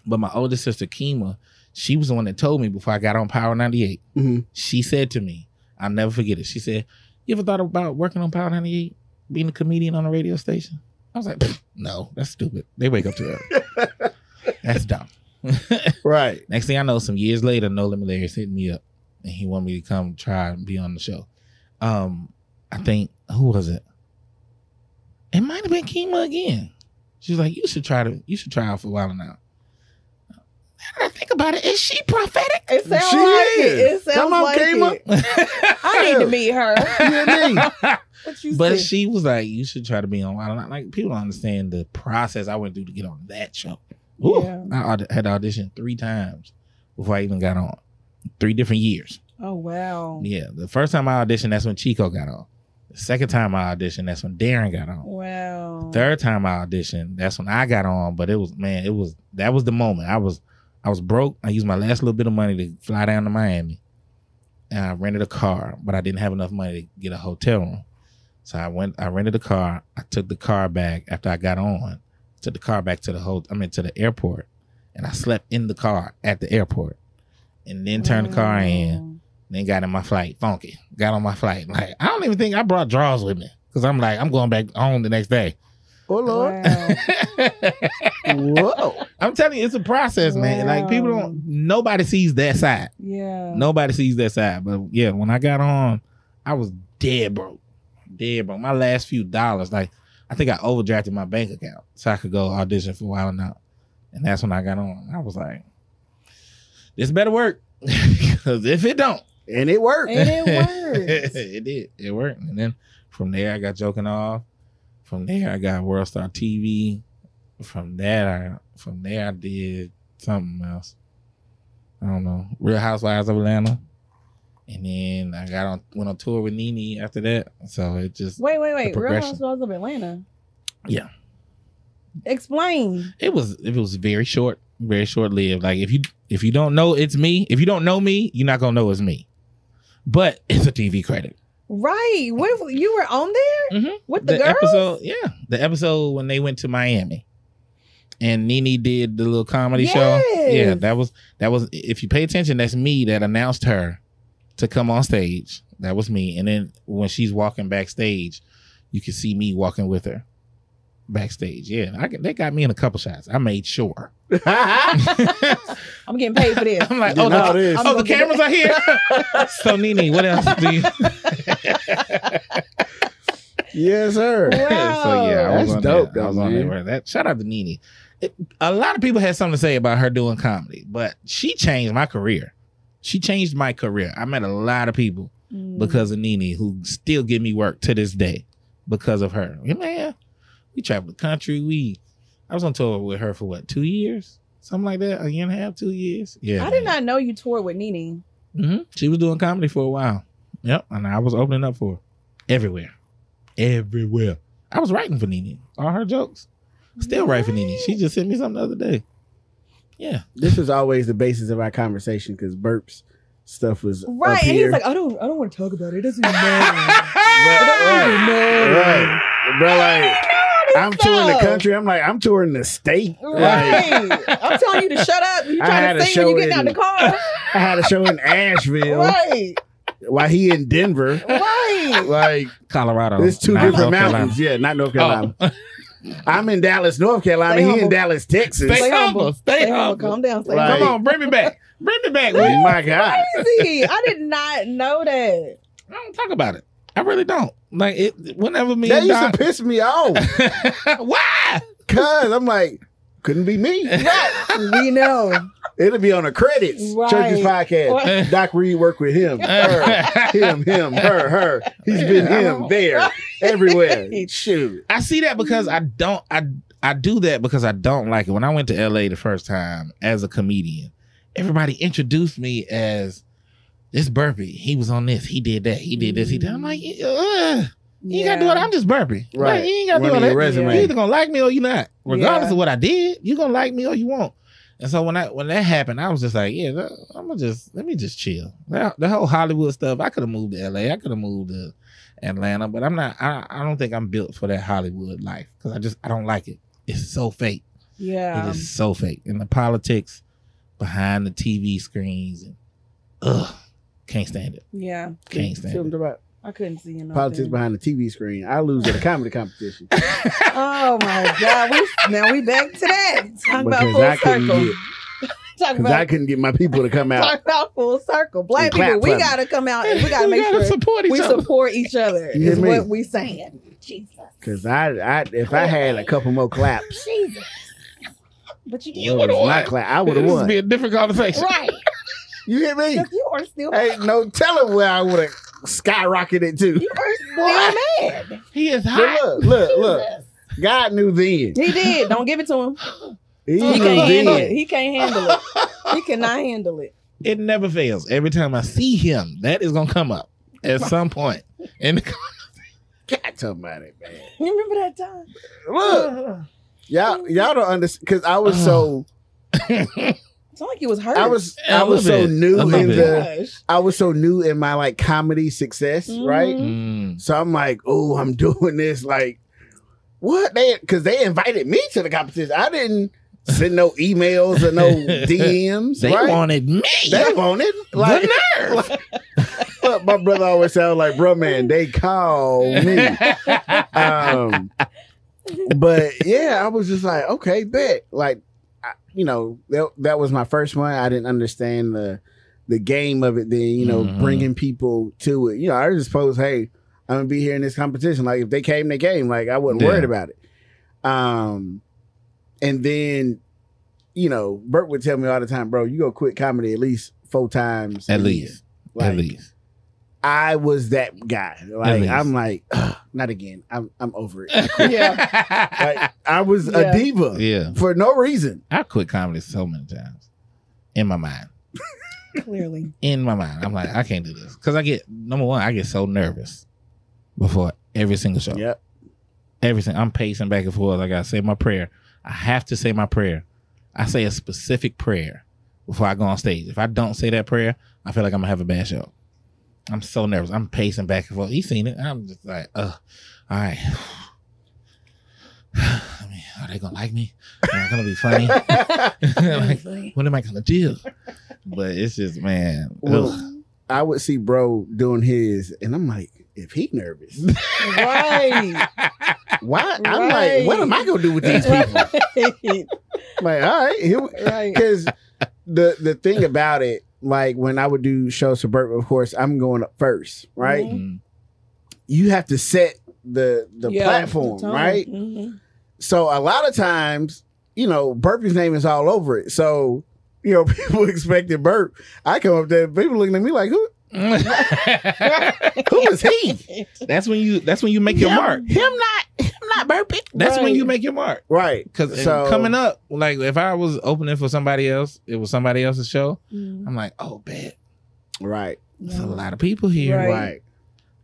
S3: But my older sister, Keema, she was the one that told me before I got on Power 98.
S2: Mhm.
S3: She said to me, I'll never forget it. She said, You ever thought about working on Power 98, being a comedian on a radio station? I was like, "Pfft, No, that's stupid. They wake up too early. that's dumb.
S2: Right.
S3: Next thing I know, some years later, No Limit Larry's hitting me up and he wanted me to come try and be on the show. Um, I think who was it? It might have been Kima again. She was like, You should try to you should try out for a while now. Now that I think about it, is she prophetic?
S4: It sounds
S2: She
S4: like it.
S2: is.
S4: It sounds
S2: Come on,
S4: like
S2: Kima.
S4: it. I need to meet her.
S2: You know what
S4: What you
S3: but
S4: see?
S3: she was like, You should try to be on Wild N Out. Like people don't understand the process I went through to get on that show. Ooh,
S1: Yeah.
S3: I aud- had auditioned three times before I even got on. Three different years.
S1: Oh wow.
S3: Yeah, the first time I auditioned, that's when Chico got on. The second time I auditioned, that's when Darren got on.
S1: Wow.
S3: Third time I auditioned, that's when I got on. But it was man, it was that was the moment. I was I was broke. I used my last little bit of money to fly down to Miami, and I rented a car, but I didn't have enough money to get a hotel room. So I went. I rented a car. I took the car back after I got on. Took the car back to the whole. I mean to the airport, and I slept in the car at the airport, and then turned the car in. Then got in my flight, funky. Got on my flight. Like, I don't even think I brought drawers with me. Cause I'm like, I'm going back home the next day.
S2: Oh Lord.
S1: Wow.
S2: Whoa.
S3: I'm telling you, it's a process, man. Like people don't nobody sees that side.
S1: Yeah.
S3: Nobody sees that side. But yeah, when I got on, I was dead broke. Dead broke. My last few dollars, like I think I overdrafted my bank account so I could go audition for Wild Out. And that's when I got on. I was like, this better work. Cause if it don't,
S2: And it worked.
S1: And it works.
S3: it did. It worked. And then from there, I got joking off. From there, I got World Star TV. From that, I from there I did something else. I don't know. Real Housewives of Atlanta. And then I got on went on tour with Nene after that. So it just
S1: Wait, wait, wait. Real
S3: progression.
S1: Housewives of Atlanta.
S3: Yeah.
S1: Explain.
S3: it was it was very short, very short lived. Like if you if you don't know it's me, if you don't know me, you're not gonna know it's me. But it's a TV credit.
S1: Right. Where you were on there
S3: Mm-hmm.
S1: with the, girls?
S3: episode, yeah, the episode when they went to Miami, and Nene did the little comedy show.
S1: Yes.
S3: Yeah, that was that was if you pay attention, that's me that announced her to come on stage. That was me. And then when she's walking backstage, you can see me walking with her backstage. Yeah, I, got- they got me in a couple shots. I made sure. I'm
S4: I'm getting paid for this.
S3: like,
S2: You
S3: oh, the,
S2: know this.
S3: oh, the cameras are here. so Nene, what else do you?
S2: yes, sir.
S3: so yeah, I
S2: Wow.
S3: was
S2: Oh, That's
S3: on
S2: dope,
S3: there. I
S2: though,
S3: was on there
S2: man.
S3: with that. Shout out to Nene. It- a lot of people had something to say about her doing comedy, but she changed my career. She changed my career. I met a lot of people
S4: Mm.
S3: because of Nene who still give me work to this day because of her. Yeah, Man, we traveled the country. We I was on tour with her for what two years, something like that, a year and a half, two years. Yeah,
S4: I did not know you toured with Nene.
S3: hmm She was doing comedy for a while. Yep, and I was opening up for her everywhere, everywhere. I was writing for Nene. All her jokes, still write for Nene. She just sent me something the other day. Yeah,
S2: This was always the basis of our conversation because burps stuff was
S4: Right,
S2: Up
S4: and
S2: here.
S4: he's like, I don't, I don't want to talk about it. It doesn't matter.
S2: Bruh,
S4: I
S2: right,
S4: don't
S2: right.
S4: "Ah,
S2: Bruh, like I'm touring the
S4: stuff.
S2: country. I'm like I'm touring the state. Like,
S4: Right. I'm telling you to shut up. You
S2: I had
S4: trying
S2: a
S4: to sing when you
S2: show
S4: get out
S2: in-
S4: the car.
S2: I had a show in Asheville
S4: right.
S2: while he in Denver.
S4: Right.
S2: Like
S3: Colorado.
S2: there's two
S3: Oh, not
S2: different
S3: North Carolina.
S2: mountains. Yeah, not North Carolina.
S3: Oh.
S2: I'm in Dallas, North Carolina.
S4: Stay
S2: He in
S4: humble.
S2: Dallas, Texas.
S3: Stay
S4: Stay
S3: humble.
S4: humble.
S3: Stay
S4: Stay humble.
S3: humble.
S4: oh, Calm down. Stay
S2: Right.
S4: humble.
S3: Come on, bring me back. Bring me back. Will you?
S2: My God.
S4: Crazy. I did not know that.
S3: I don't talk about it. I really don't. Like it. Whenever me
S2: That
S3: and
S2: used to
S3: Doc.
S2: piss me off.
S3: Why?
S2: Cause I'm like, couldn't be me.
S4: We know.
S2: It'll be on the credits.
S4: Right.
S2: Church's podcast. Doc Reed worked with him. Her. Him, him, her, her. He's been him there, everywhere. Shoot.
S3: I see that because I don't I I do that because I don't like it. When I went to LA the first time as a comedian, everybody introduced me as this burpee. He was on this. He did that. He did this. He did. I'm like, Ugh, you ain't gotta do it. I'm just burpee. Right.
S2: Right.
S3: you ain't gotta
S2: One
S3: do all
S2: of your
S3: that.
S2: resume.
S3: You either gonna like me or you not. Regardless
S4: Yeah.
S3: of what I did, you gonna like me or you won't. And so when I when that happened, I was just like, yeah, I'm gonna just let me just chill. The, the whole Hollywood stuff, I could have moved to LA, I could have moved to Atlanta, but I'm not. I, I don't think I'm built for that Hollywood life because I just I don't like it. It's so fake.
S4: Yeah.
S3: it is so fake, and the politics behind the TV screens and ugh, can't stand it.
S4: Yeah.
S3: Can't
S2: See what I'm
S3: stand
S2: talking about?
S4: I couldn't see enough.
S2: Politics behind the TV screen. I lose at a comedy competition.
S3: it.
S4: Oh my God. We now we back to that. Talk about
S2: Because
S4: full
S2: I couldn't
S4: circle.
S2: get-
S4: Talk
S2: Because I
S4: about
S2: couldn't get my people to come out.
S4: talk about full circle. Black
S2: And clap,
S4: people, we
S2: clap.
S4: gotta come out and we gotta make
S3: gotta
S4: sure
S3: support each
S4: we
S3: other.
S4: support each other.
S2: You hear
S4: Is
S2: me?
S4: what we saying. Jesus.
S2: Cause I, I if I had a couple more claps,
S4: Jesus. But you,
S3: You would've
S2: my clap, I would have
S3: This would
S2: won.
S3: be a different conversation.
S4: Right.
S2: You hear me?
S4: Because you are still
S2: Ain't no telling where I would have skyrocketed to.
S4: you are still mad.
S3: He is
S2: But
S3: hot.
S2: look, look, look. God knew then.
S4: He did. Don't give it to him.
S2: He
S4: He
S2: knew
S4: can't handle it.
S2: then.
S4: He can't handle it. He cannot handle it.
S3: It never fails. Every time I see him, that is gonna come up at some point. And
S2: God, talking about it, man.
S4: You remember that time?
S2: Look, y'all, y'all don't understand. Cause I was so,
S4: It's not like he was hurt. Oh
S2: I was,
S3: Uh-huh. A
S2: I was
S3: little
S2: so
S3: bit.
S2: new
S3: A
S2: in
S3: little bit.
S2: the,
S4: Gosh.
S2: I was so new in my like comedy success, right?
S4: Mhm.
S3: Mm.
S2: So I'm like, oh, I'm doing this. Like, what? They because they invited me to the competition. I didn't send no emails or no DMs.
S3: they
S2: right?
S3: wanted me.
S2: they wanted like,
S3: the nerve.
S2: but my brother always sound like, bro, man, they call me. Um, but yeah, I was just like, okay, bet. Like, I, you know, that that was my first one. I didn't understand the the game of it. Then you know,
S3: Mhm.
S2: bringing people to it. You know, I just suppose, hey, I'm gonna be here in this competition. Like, if they came, they came. Like, I wasn't
S3: Yeah.
S2: worried about it. Um, and then, you know, Bert would tell me all the time, bro, you go quit comedy at least four times
S3: at
S2: a
S3: least.
S2: year." Like,
S3: at least.
S2: I was that guy. Like,
S3: least.
S2: I'm like, "Ugh, not again. I'm I'm over it.
S3: yeah.
S2: Like, I was a
S4: Yeah.
S2: diva
S3: yeah.
S2: for no reason.
S3: I quit comedy so many times. In my mind.
S4: Clearly.
S3: In my mind. I'm like, I can't do this. Because I get number one, I get so nervous before every single show.
S2: Yep.
S3: everything. I'm pacing back and forth. I gotta say my prayer. I have to say my prayer. I say a specific prayer before I go on stage. If I don't say that prayer, I feel like I'm gonna have a bad show. I'm so nervous. I'm pacing back and forth. He's seen it. I'm just like, uh, all right. I mean, are they gonna like me? Am I gonna be funny? like,
S1: Honestly.
S3: what am I gonna do? But it's just man.
S2: Well,
S3: ugh.
S2: I would see bro doing his, and I'm like, if he nervous,
S4: right.
S2: why? I'm like, what am I gonna do with these people?
S4: right.
S2: like, all right, here,
S4: Right.
S2: because the the thing about it, like when I would do shows for Bert, of course, I'm going up first, right?
S4: Mhm.
S3: Mm.
S2: You have to set the the
S4: Yeah,
S2: platform,
S4: the tone.
S2: right?
S4: Mhm.
S2: So a lot of times, you know, Burpee's name is all over it. So you know, people expected Burp. I come up there, people looking at me like, who
S3: Mm.
S2: who is he?
S3: that's when you. That's when you make your
S2: Him-
S3: mark.
S2: Him not him not Burpee.
S3: That's when
S4: Right.
S3: you make your mark.
S2: Right.
S3: Because
S2: So-
S3: coming up, like if I was opening for somebody else, it was somebody else's show.
S4: Mm-hmm.
S3: I'm like, oh, bet
S2: Right.
S3: there's a lot of people here.
S4: Right.
S2: Right.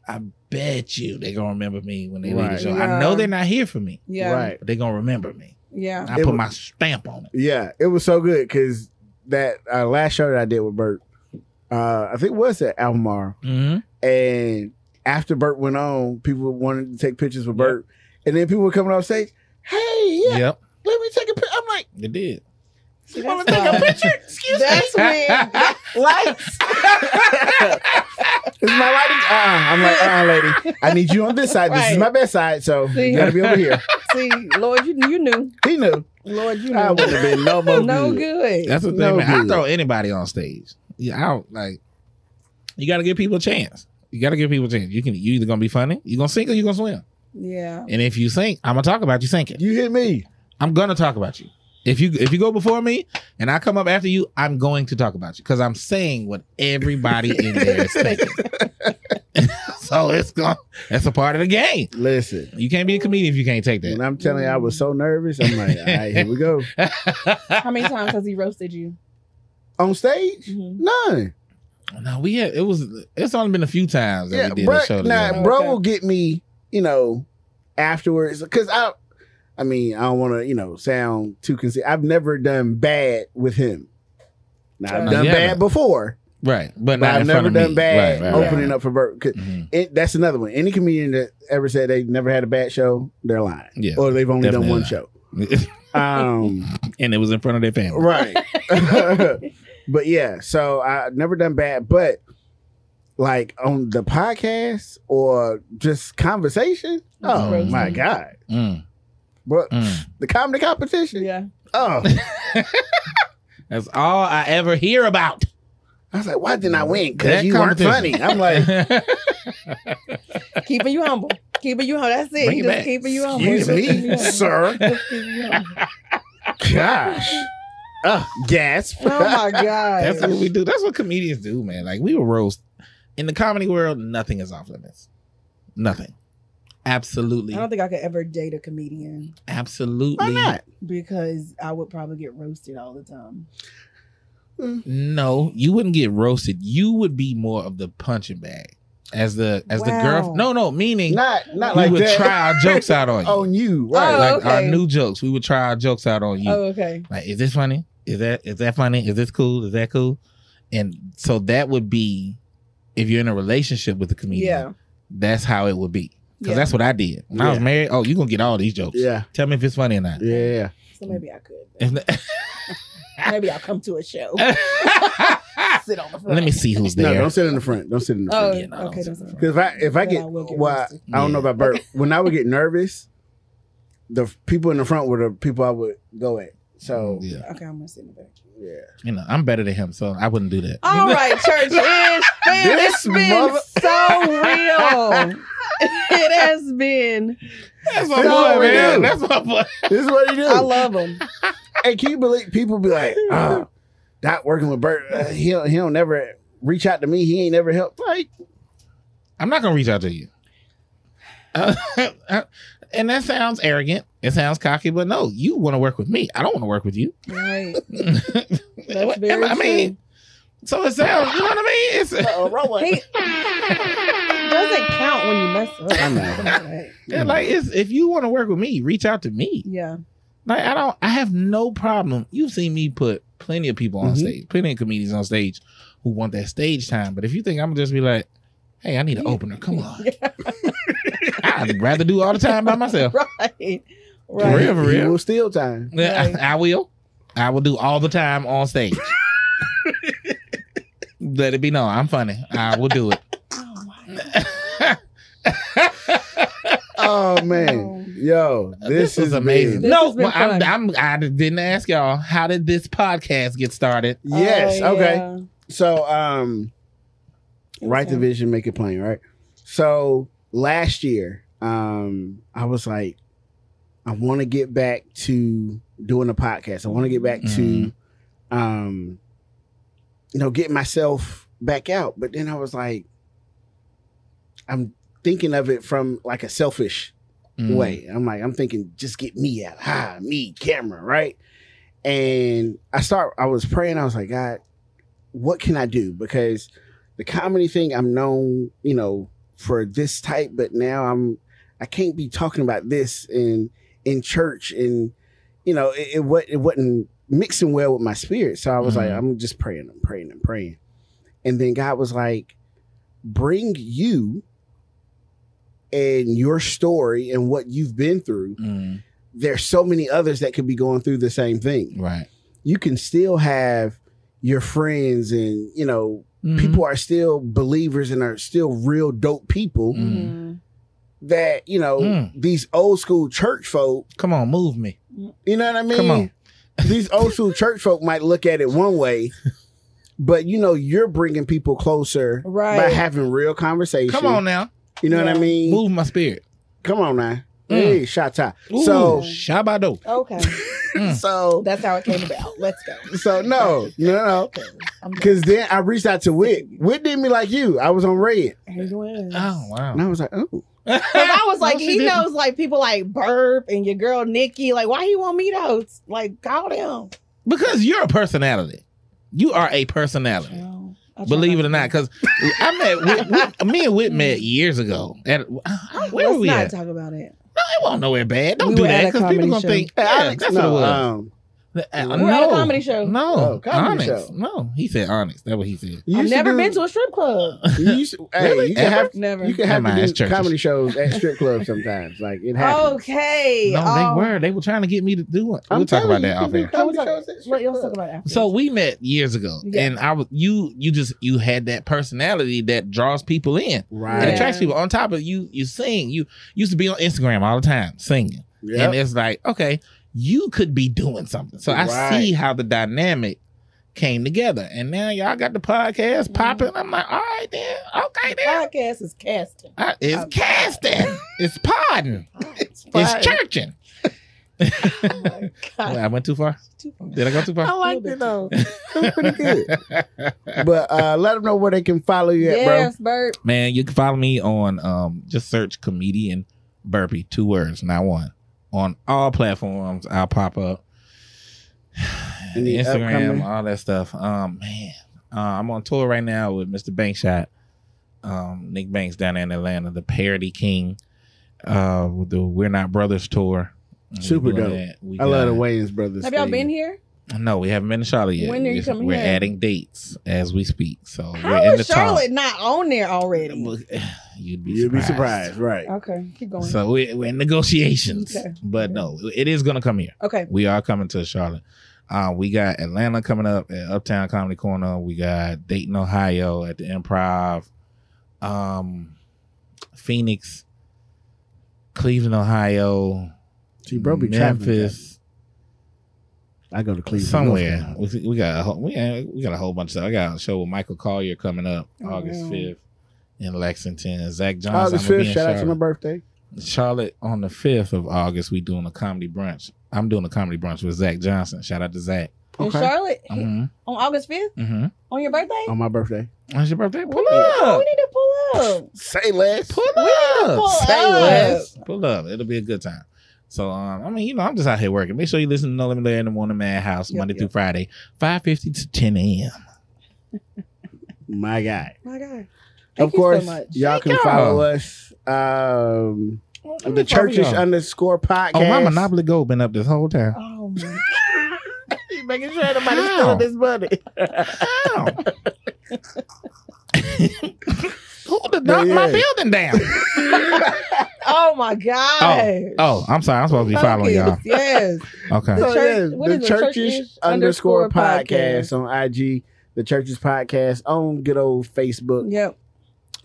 S3: I bet you they're gonna remember me when they leave the
S2: Right.
S3: show. I
S4: Yeah.
S3: know they're not here for me,
S4: Yeah.
S2: Right.
S3: but they're gonna remember me.
S4: Yeah.
S3: I
S2: It
S3: put
S2: was-
S3: my stamp on it.
S2: Yeah. It was so good because that uh, last show that I did with Bert, uh, I think it was at Almar.
S3: Mm-hmm.
S2: And after Bert went on, people wanted to take pictures with
S3: Yeah.
S2: Bert. And then people were coming off stage, hey, yeah,
S3: Yep,
S2: let me take a picture. I'm like,
S3: it did.
S4: See,
S2: you want to
S4: that's
S2: take a
S4: why-
S2: picture? Excuse me.
S4: That's when lights.
S2: This is my lighting. Uh-uh. I'm like, uh-uh, lady. I need you on this side. This is
S4: Right.
S2: my best side, so
S4: See?
S2: you gotta be over here.
S4: See, Lord, you you knew.
S2: He knew.
S4: Lord, you
S2: I
S4: knew.
S2: wouldn't have been no more
S4: No
S2: good.
S4: good.
S3: That's the thing,
S2: No
S3: man. I
S2: good.
S3: throw anybody on stage. Yeah, I don't like. You got to give people a chance. You got to give people a chance. You can. You either gonna be funny, you gonna sink, or you gonna swim.
S4: Yeah.
S3: And if you sink, I'm gonna talk about you sinking.
S2: You hit me.
S3: I'm gonna talk about you. If you if you go before me and I come up after you, I'm going to talk about you because I'm saying what everybody in there is thinking. so it's gone. That's a part of the game.
S2: Listen,
S3: You can't be a comedian if you can't take
S2: when
S3: that.
S2: I'm telling you, I was so nervous. I'm like, all right, here we go.
S4: How many times has he roasted you?
S2: On stage?
S4: Mhm.
S2: None.
S3: no, we had it was. It's only been a few times that
S2: Yeah,
S3: we did
S2: bro,
S3: a show
S2: nah,
S3: together.
S2: bro
S4: Okay.
S2: will get me, you know, afterwards. Cause I I mean, I don't wanna, you know, sound too conceited. I've never done bad with him. Now I've
S4: No,
S2: done
S3: you
S2: bad
S3: haven't.
S2: before,
S3: right, but,
S2: but
S3: Uh, not
S2: I've
S3: in
S2: never
S3: front of
S2: done
S3: me.
S2: bad
S3: Right, right, right.
S2: opening up for Bert. 'Cause
S3: Mhm.
S2: It, that's another one. Any comedian that ever said they never had a bad show, they're lying.
S3: Yeah.
S2: Or they've only done
S3: Definitely
S2: one
S3: lying.
S2: show. Um,
S3: and it was in front of their family.
S2: right. but yeah, so I never done bad, but like on the podcast or just conversation. Oh
S3: Roasting.
S2: my God.
S3: Mm,
S2: But
S3: mm.
S2: the comedy competition.
S4: Yeah.
S2: Oh.
S3: That's all I ever hear about.
S2: I was like, why didn't I win? Because
S3: That
S2: you weren't
S3: competition.
S2: funny. I'm like,
S4: Keeping you humble. Keeping you humble. That's it.
S3: Bring it
S4: Just
S3: back.
S4: keeping you humble.
S2: excuse
S4: Just keeping you
S2: me,
S4: humble.
S2: sir.
S4: Just keeping you humble.
S2: Gosh. Oh, gasp.
S4: Oh my god.
S3: That's what we do. That's what comedians do, man. Like we will roast in the comedy world. Nothing is off limits. Nothing. Absolutely.
S4: I don't think I could ever date a comedian
S2: Why
S3: Absolutely.
S2: not?
S4: because I would probably get roasted all the time.
S3: No, you wouldn't get roasted. You would be more of the punching bag as the as the
S4: Wow.
S3: girl. No, no. Meaning
S2: Not not
S3: we
S2: like
S3: would
S2: that.
S3: try our jokes out on you.
S2: on you. Right.
S4: Oh,
S3: like our
S4: okay.
S3: new jokes. We would try our jokes out on you.
S4: Oh, okay.
S3: Like, is this funny? Is that is that funny? Is this cool? Is that cool? And so that would be if you're in a relationship with a comedian.
S4: Yeah.
S3: That's how it would be. Because
S4: Yeah.
S3: that's what I did. When I was
S2: Yeah.
S3: married, oh, you going to get all these jokes.
S2: yeah.
S3: Tell me if it's funny or not.
S2: Yeah.
S4: So maybe I could.
S3: If not-
S4: Maybe I'll come to a show. Sit on the front.
S3: Let me see who's
S2: No,
S3: there.
S2: don't sit in the front. Don't sit in the front.
S4: Oh,
S3: Yeah, no,
S4: okay.
S3: don't
S4: that's
S3: say
S4: fine.
S2: Because if I if I
S4: Then
S2: get,
S4: I will get
S2: well,
S4: roasted.
S2: I don't know
S3: Yeah.
S2: about Bert. when I would get nervous, the f- people in the front were the people I would go at. So yeah,
S3: Yeah.
S4: Okay, I'm gonna sit in the back.
S3: Mm-hmm. You know, I'm better than him, so I wouldn't do that.
S1: Oh,
S4: All right, church is man,
S2: This
S4: it's been
S2: mother-
S4: so real. it has been.
S3: That's
S2: my boy, man.
S3: That's my boy.
S2: this is what he do.
S4: I love them.
S2: and can you believe people be like, oh, not working with Bert? Uh, he'll he'll never reach out to me. He ain't never helped. Like
S3: I'm not going to reach out to you. Uh, and that sounds arrogant. It sounds cocky, but no, you want to work with me. I don't want to work with you.
S4: Right. That's
S3: What-
S4: very
S3: I mean, so it sounds, you know what I mean? It's,
S2: uh,
S4: true. He doesn't count when you mess up.
S2: I know.
S4: Right.
S3: Yeah, like it's, if you want to work with me, reach out to me.
S4: Yeah.
S3: Like I don't, I have no problem. You've seen me put plenty of people on
S2: Mhm.
S3: stage, plenty of comedians on stage who want that stage time. But if you think I'm gonna just be like, hey, I need an opener, come on, I'd rather do all the time by myself.
S4: Right. Right.
S3: real, for
S2: He
S3: real.
S2: will steal time.
S3: Yeah,
S4: Right.
S3: I, I will. I will do all the time on stage. Let it be known. I'm funny. I will do it.
S4: Oh, my
S2: Oh man, yo, this,
S3: This is amazing.
S4: This
S2: big.
S3: no,
S4: has been
S3: well, I'm,
S4: fun.
S3: I'm, I didn't ask y'all. How did this podcast get started?
S2: Yes.
S4: Oh,
S2: okay.
S4: yeah.
S2: So, um, write the
S4: Okay.
S2: vision, make it plain, right? So last year, um, I was like, I want to get back to doing a podcast. I want to get back
S3: Mhm.
S2: to, um, you know, getting myself back out. But then I was like, I'm thinking of it from like a selfish
S3: Mm.
S2: way. I'm like, I'm thinking, just get me out. Ha, me, camera, right? And I start, I was praying. I was like, God, what can I do? Because the comedy thing, I'm known, you know, for this type, but now I'm, I can't be talking about this in in church, and you know, it it, wa- it wasn't mixing well with my spirit. So I was like,
S3: Mhm.
S2: I'm just praying, I'm praying, I'm praying, and then God was like, bring you and your story and what you've been through
S3: Mm,
S2: there's so many others that could be going through the same thing
S3: right.
S2: you can still have your friends and you know
S3: Mm-hmm. Mm.
S2: people are still believers and are still real dope people
S3: Mm.
S4: Mm-hmm.
S2: that you know
S3: Mm.
S2: these old school church folk
S3: Come on, move me.
S2: you know what i mean
S3: Come on.
S2: these old school church folk might look at it one way but you know you're bringing people closer by
S4: Right.
S2: having real conversation
S3: Come on now.
S2: you know what i
S4: Yeah.
S2: mean
S3: Move my spirit.
S2: come on now
S3: Mm.
S2: hey shot top
S3: Ooh,
S2: so
S3: Shabado.
S4: Okay.
S3: Mm.
S2: so
S4: That's how it came about. Let's go.
S2: so no no no
S4: I'm
S2: Cause then I reached out to Whit. Whit did me like you. I was on red,
S3: Oh,
S2: and
S3: wow.
S2: I was like, "Oh,
S4: Cause I was like,
S3: No, she
S4: he
S3: didn't.
S4: knows like people like Burp and your girl Nikki. Like, why he want me to host? Like, call them.
S3: Because you're a personality. You are a personality. Believe it or not, because I met Whit- Whit- me and Whit met years ago. At, uh, where
S4: Let's
S3: were we
S4: not
S3: at?
S4: talk about it.
S3: No, it won't nowhere bad. Don't
S4: We
S3: do
S4: were at
S3: that
S4: a
S3: because
S4: comedy
S3: people gonna
S4: show.
S3: think.
S2: hey,
S3: Yeah,
S2: Onyx,
S3: that's
S2: no,
S3: what it was.
S2: um,
S3: The- uh,
S2: We're
S4: We're at
S3: no,
S4: a comedy show.
S3: No,
S2: Oh, comedy
S3: Onyx.
S2: show.
S3: No, he said Onyx. That's what he said.
S2: you
S4: I've
S2: used to
S4: never
S2: do-
S4: been to a strip club.
S2: You used to- hey,
S3: Really?
S2: you can have
S4: Never.
S2: you can have
S3: Never mind,
S2: to
S3: it's
S2: do
S3: churches.
S2: comedy shows at strip clubs sometimes. Like it happens.
S4: Okay.
S3: No,
S4: Oh,
S3: they were. They were trying to get me to do it.
S2: I'm
S3: we'll talk about
S2: telling you,
S3: that
S2: you
S3: off
S2: can
S3: air.
S2: do comedy
S4: We'll talk-
S2: shows at strip
S4: Let, let's talk
S2: clubs.
S4: about it after.
S3: So we met years ago,
S4: Yeah.
S3: and I was you. You just you had that personality that draws people in,
S2: Right.
S3: that
S4: Yeah.
S3: attracts people. On top of you, you sing. You used to be on Instagram all the time singing,
S2: Yep.
S3: and it's like okay, you could be doing something. So I
S2: Right.
S3: see how the dynamic came together, and now y'all got the podcast popping. I'm like, all right, then, okay,
S4: The
S3: then.
S4: podcast is casting.
S3: I, it's
S4: I'm-
S3: casting, it's podding, it's churching.
S4: Oh my God.
S3: I went too far. Did I go too far?
S2: I liked it though. It was pretty good. But uh, let them know where they can follow you at, bro.
S4: yes, Burp.
S3: Man, you can follow me on um just search comedian burpee, two words, not one. On all platforms, I'll pop up.
S2: Any
S3: Instagram,
S2: upcoming-
S3: all that stuff. Um man. Uh, I'm on tour right now with Mr. Bankshot. Um, Nick Banks down there in Atlanta, the parody king. Uh with the We're Not Brothers tour.
S2: Super
S3: We're doing
S2: dope.
S3: that. We
S2: I love the
S3: got-
S2: Wayans brothers.
S4: Have y'all
S2: thing.
S4: been here?
S3: No, we haven't been to Charlotte yet.
S4: When are you
S3: We're-
S4: coming
S3: We're
S4: here?
S3: adding dates as we speak. So Oh, we're
S4: How
S3: in the
S4: is
S3: talks.
S4: Charlotte not on there already?
S3: Well, You'd be
S2: You'll be
S3: surprised.
S2: surprised, right?
S4: Okay, keep going.
S3: So we, we're in negotiations,
S4: Okay.
S3: but no, it is going to come here.
S4: okay.
S3: We are coming to Charlotte. Uh, we got Atlanta coming up at Uptown Comedy Corner. We got Dayton, Ohio at the Improv. Um, Phoenix, Cleveland, Ohio,
S2: See, bro, be traveling.
S3: Memphis,
S2: I go to Cleveland
S3: somewhere.
S2: North
S3: We, we got a whole, we, we got a whole bunch of stuff. I got a show with Michael Collier coming up
S4: Oh,
S3: August
S4: wow.
S3: fifth in Lexington. Zach
S2: Carolina.
S3: Johnson.
S2: August
S3: I'ma be in
S2: fifth. Oh, Shout out to
S3: Charlotte.
S2: my birthday.
S3: Charlotte on the fifth of August, we doing a comedy brunch. I'm doing a comedy brunch with Zach Johnson. Shout out to Zach.
S4: In Charlotte on
S3: hmm
S4: August 5th
S3: hmm
S4: on your birthday?
S2: on my birthday.
S3: When's your birthday? Pull
S4: Oh,
S3: up.
S4: we need to pull up.
S2: Say less.
S3: Pull
S4: pull
S3: up.
S4: up.
S3: less. Pull up. It'll be a good time. So um, I mean, you know, I'm just out here working. Make sure you listen to No Limit Larry in the Morning Madhouse
S4: Yep,
S3: Monday
S4: yep.
S3: through Friday, five fifty to ten a.m.
S2: My guy.
S4: My God.
S2: of
S4: Thank you so
S2: course,
S4: much.
S2: y'all can
S3: y'all.
S2: follow us. Um, the churches
S4: uh,
S2: underscore podcast.
S3: Oh, my Monopoly Gold been up this whole time.
S4: Oh my
S2: You making sure
S3: nobody's stealing this
S2: money.
S3: Who to knock my
S2: yeah.
S3: building down.
S1: Oh my god.
S3: Oh, I'm sorry. I'm supposed to be following y'all.
S1: Yes.
S3: Okay.
S2: So,
S1: church-
S2: yeah,
S1: what
S2: the
S1: is it?
S2: churches
S1: Churchish
S2: underscore
S1: underscore
S2: podcast on IG. The churches podcast on good old Facebook.
S1: Yep.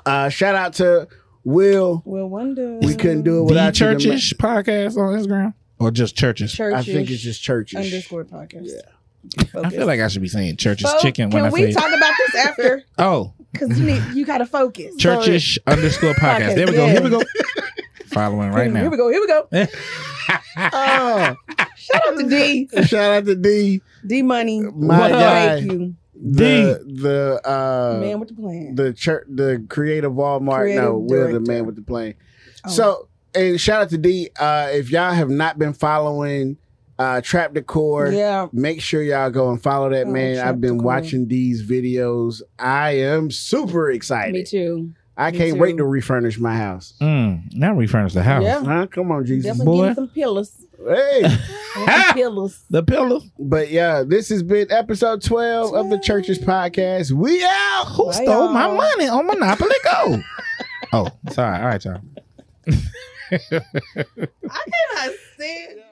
S2: Uh, shout out to Will.
S1: Well, wonder.
S2: We couldn't do it
S3: The
S2: without you. the
S3: churchish podcast on Instagram or just churches?
S2: ma-
S1: Churches.
S2: I think it's just churches.
S1: underscore podcast.
S2: Yeah.
S3: I feel like I should be saying churches
S1: Fo-
S3: chicken when
S1: Can
S3: I
S1: we
S3: say
S1: talk about this after?
S3: oh
S1: Because you need you gotta focus.
S3: churchish underscore podcast.
S1: Podcast,
S3: There we go.
S1: yeah.
S3: Here we go. Following right
S1: Here
S3: now.
S1: we go. Here we go.
S2: Oh,
S1: Shout out to D.
S2: shout out to D.
S1: D Money.
S2: My
S3: What up?
S2: guy.
S1: Thank you,
S2: The the
S1: man
S2: uh
S1: with the plan.
S2: the church the creative Walmart. no,
S1: Creative
S2: Will the
S1: director.
S2: man with the plane.
S1: Oh.
S2: So and shout out to D. Uh, if y'all have not been following uh Trap Decor,
S1: yeah,
S2: make sure y'all go and follow that
S1: Oh,
S2: man.
S1: Trap
S2: I've been
S1: Decor.
S2: watching these videos. I am super excited.
S1: me too.
S2: I
S1: me
S2: can't
S1: too.
S2: wait to refurnish my house.
S3: Mm, now refurnish the house.
S1: Yeah.
S2: Huh? Come on, Jesus.
S1: Definitely
S3: boy.
S1: give me some pillows.
S2: Hey.
S1: Give me some pillows.
S3: The pillow.
S2: but yeah, this has been episode 12 of the Churches Podcast. We out.
S3: Who
S1: Bye,
S3: stole my
S1: y'all.
S3: money on Monopoly Go? oh, sorry. All right, y'all.
S1: I cannot stand.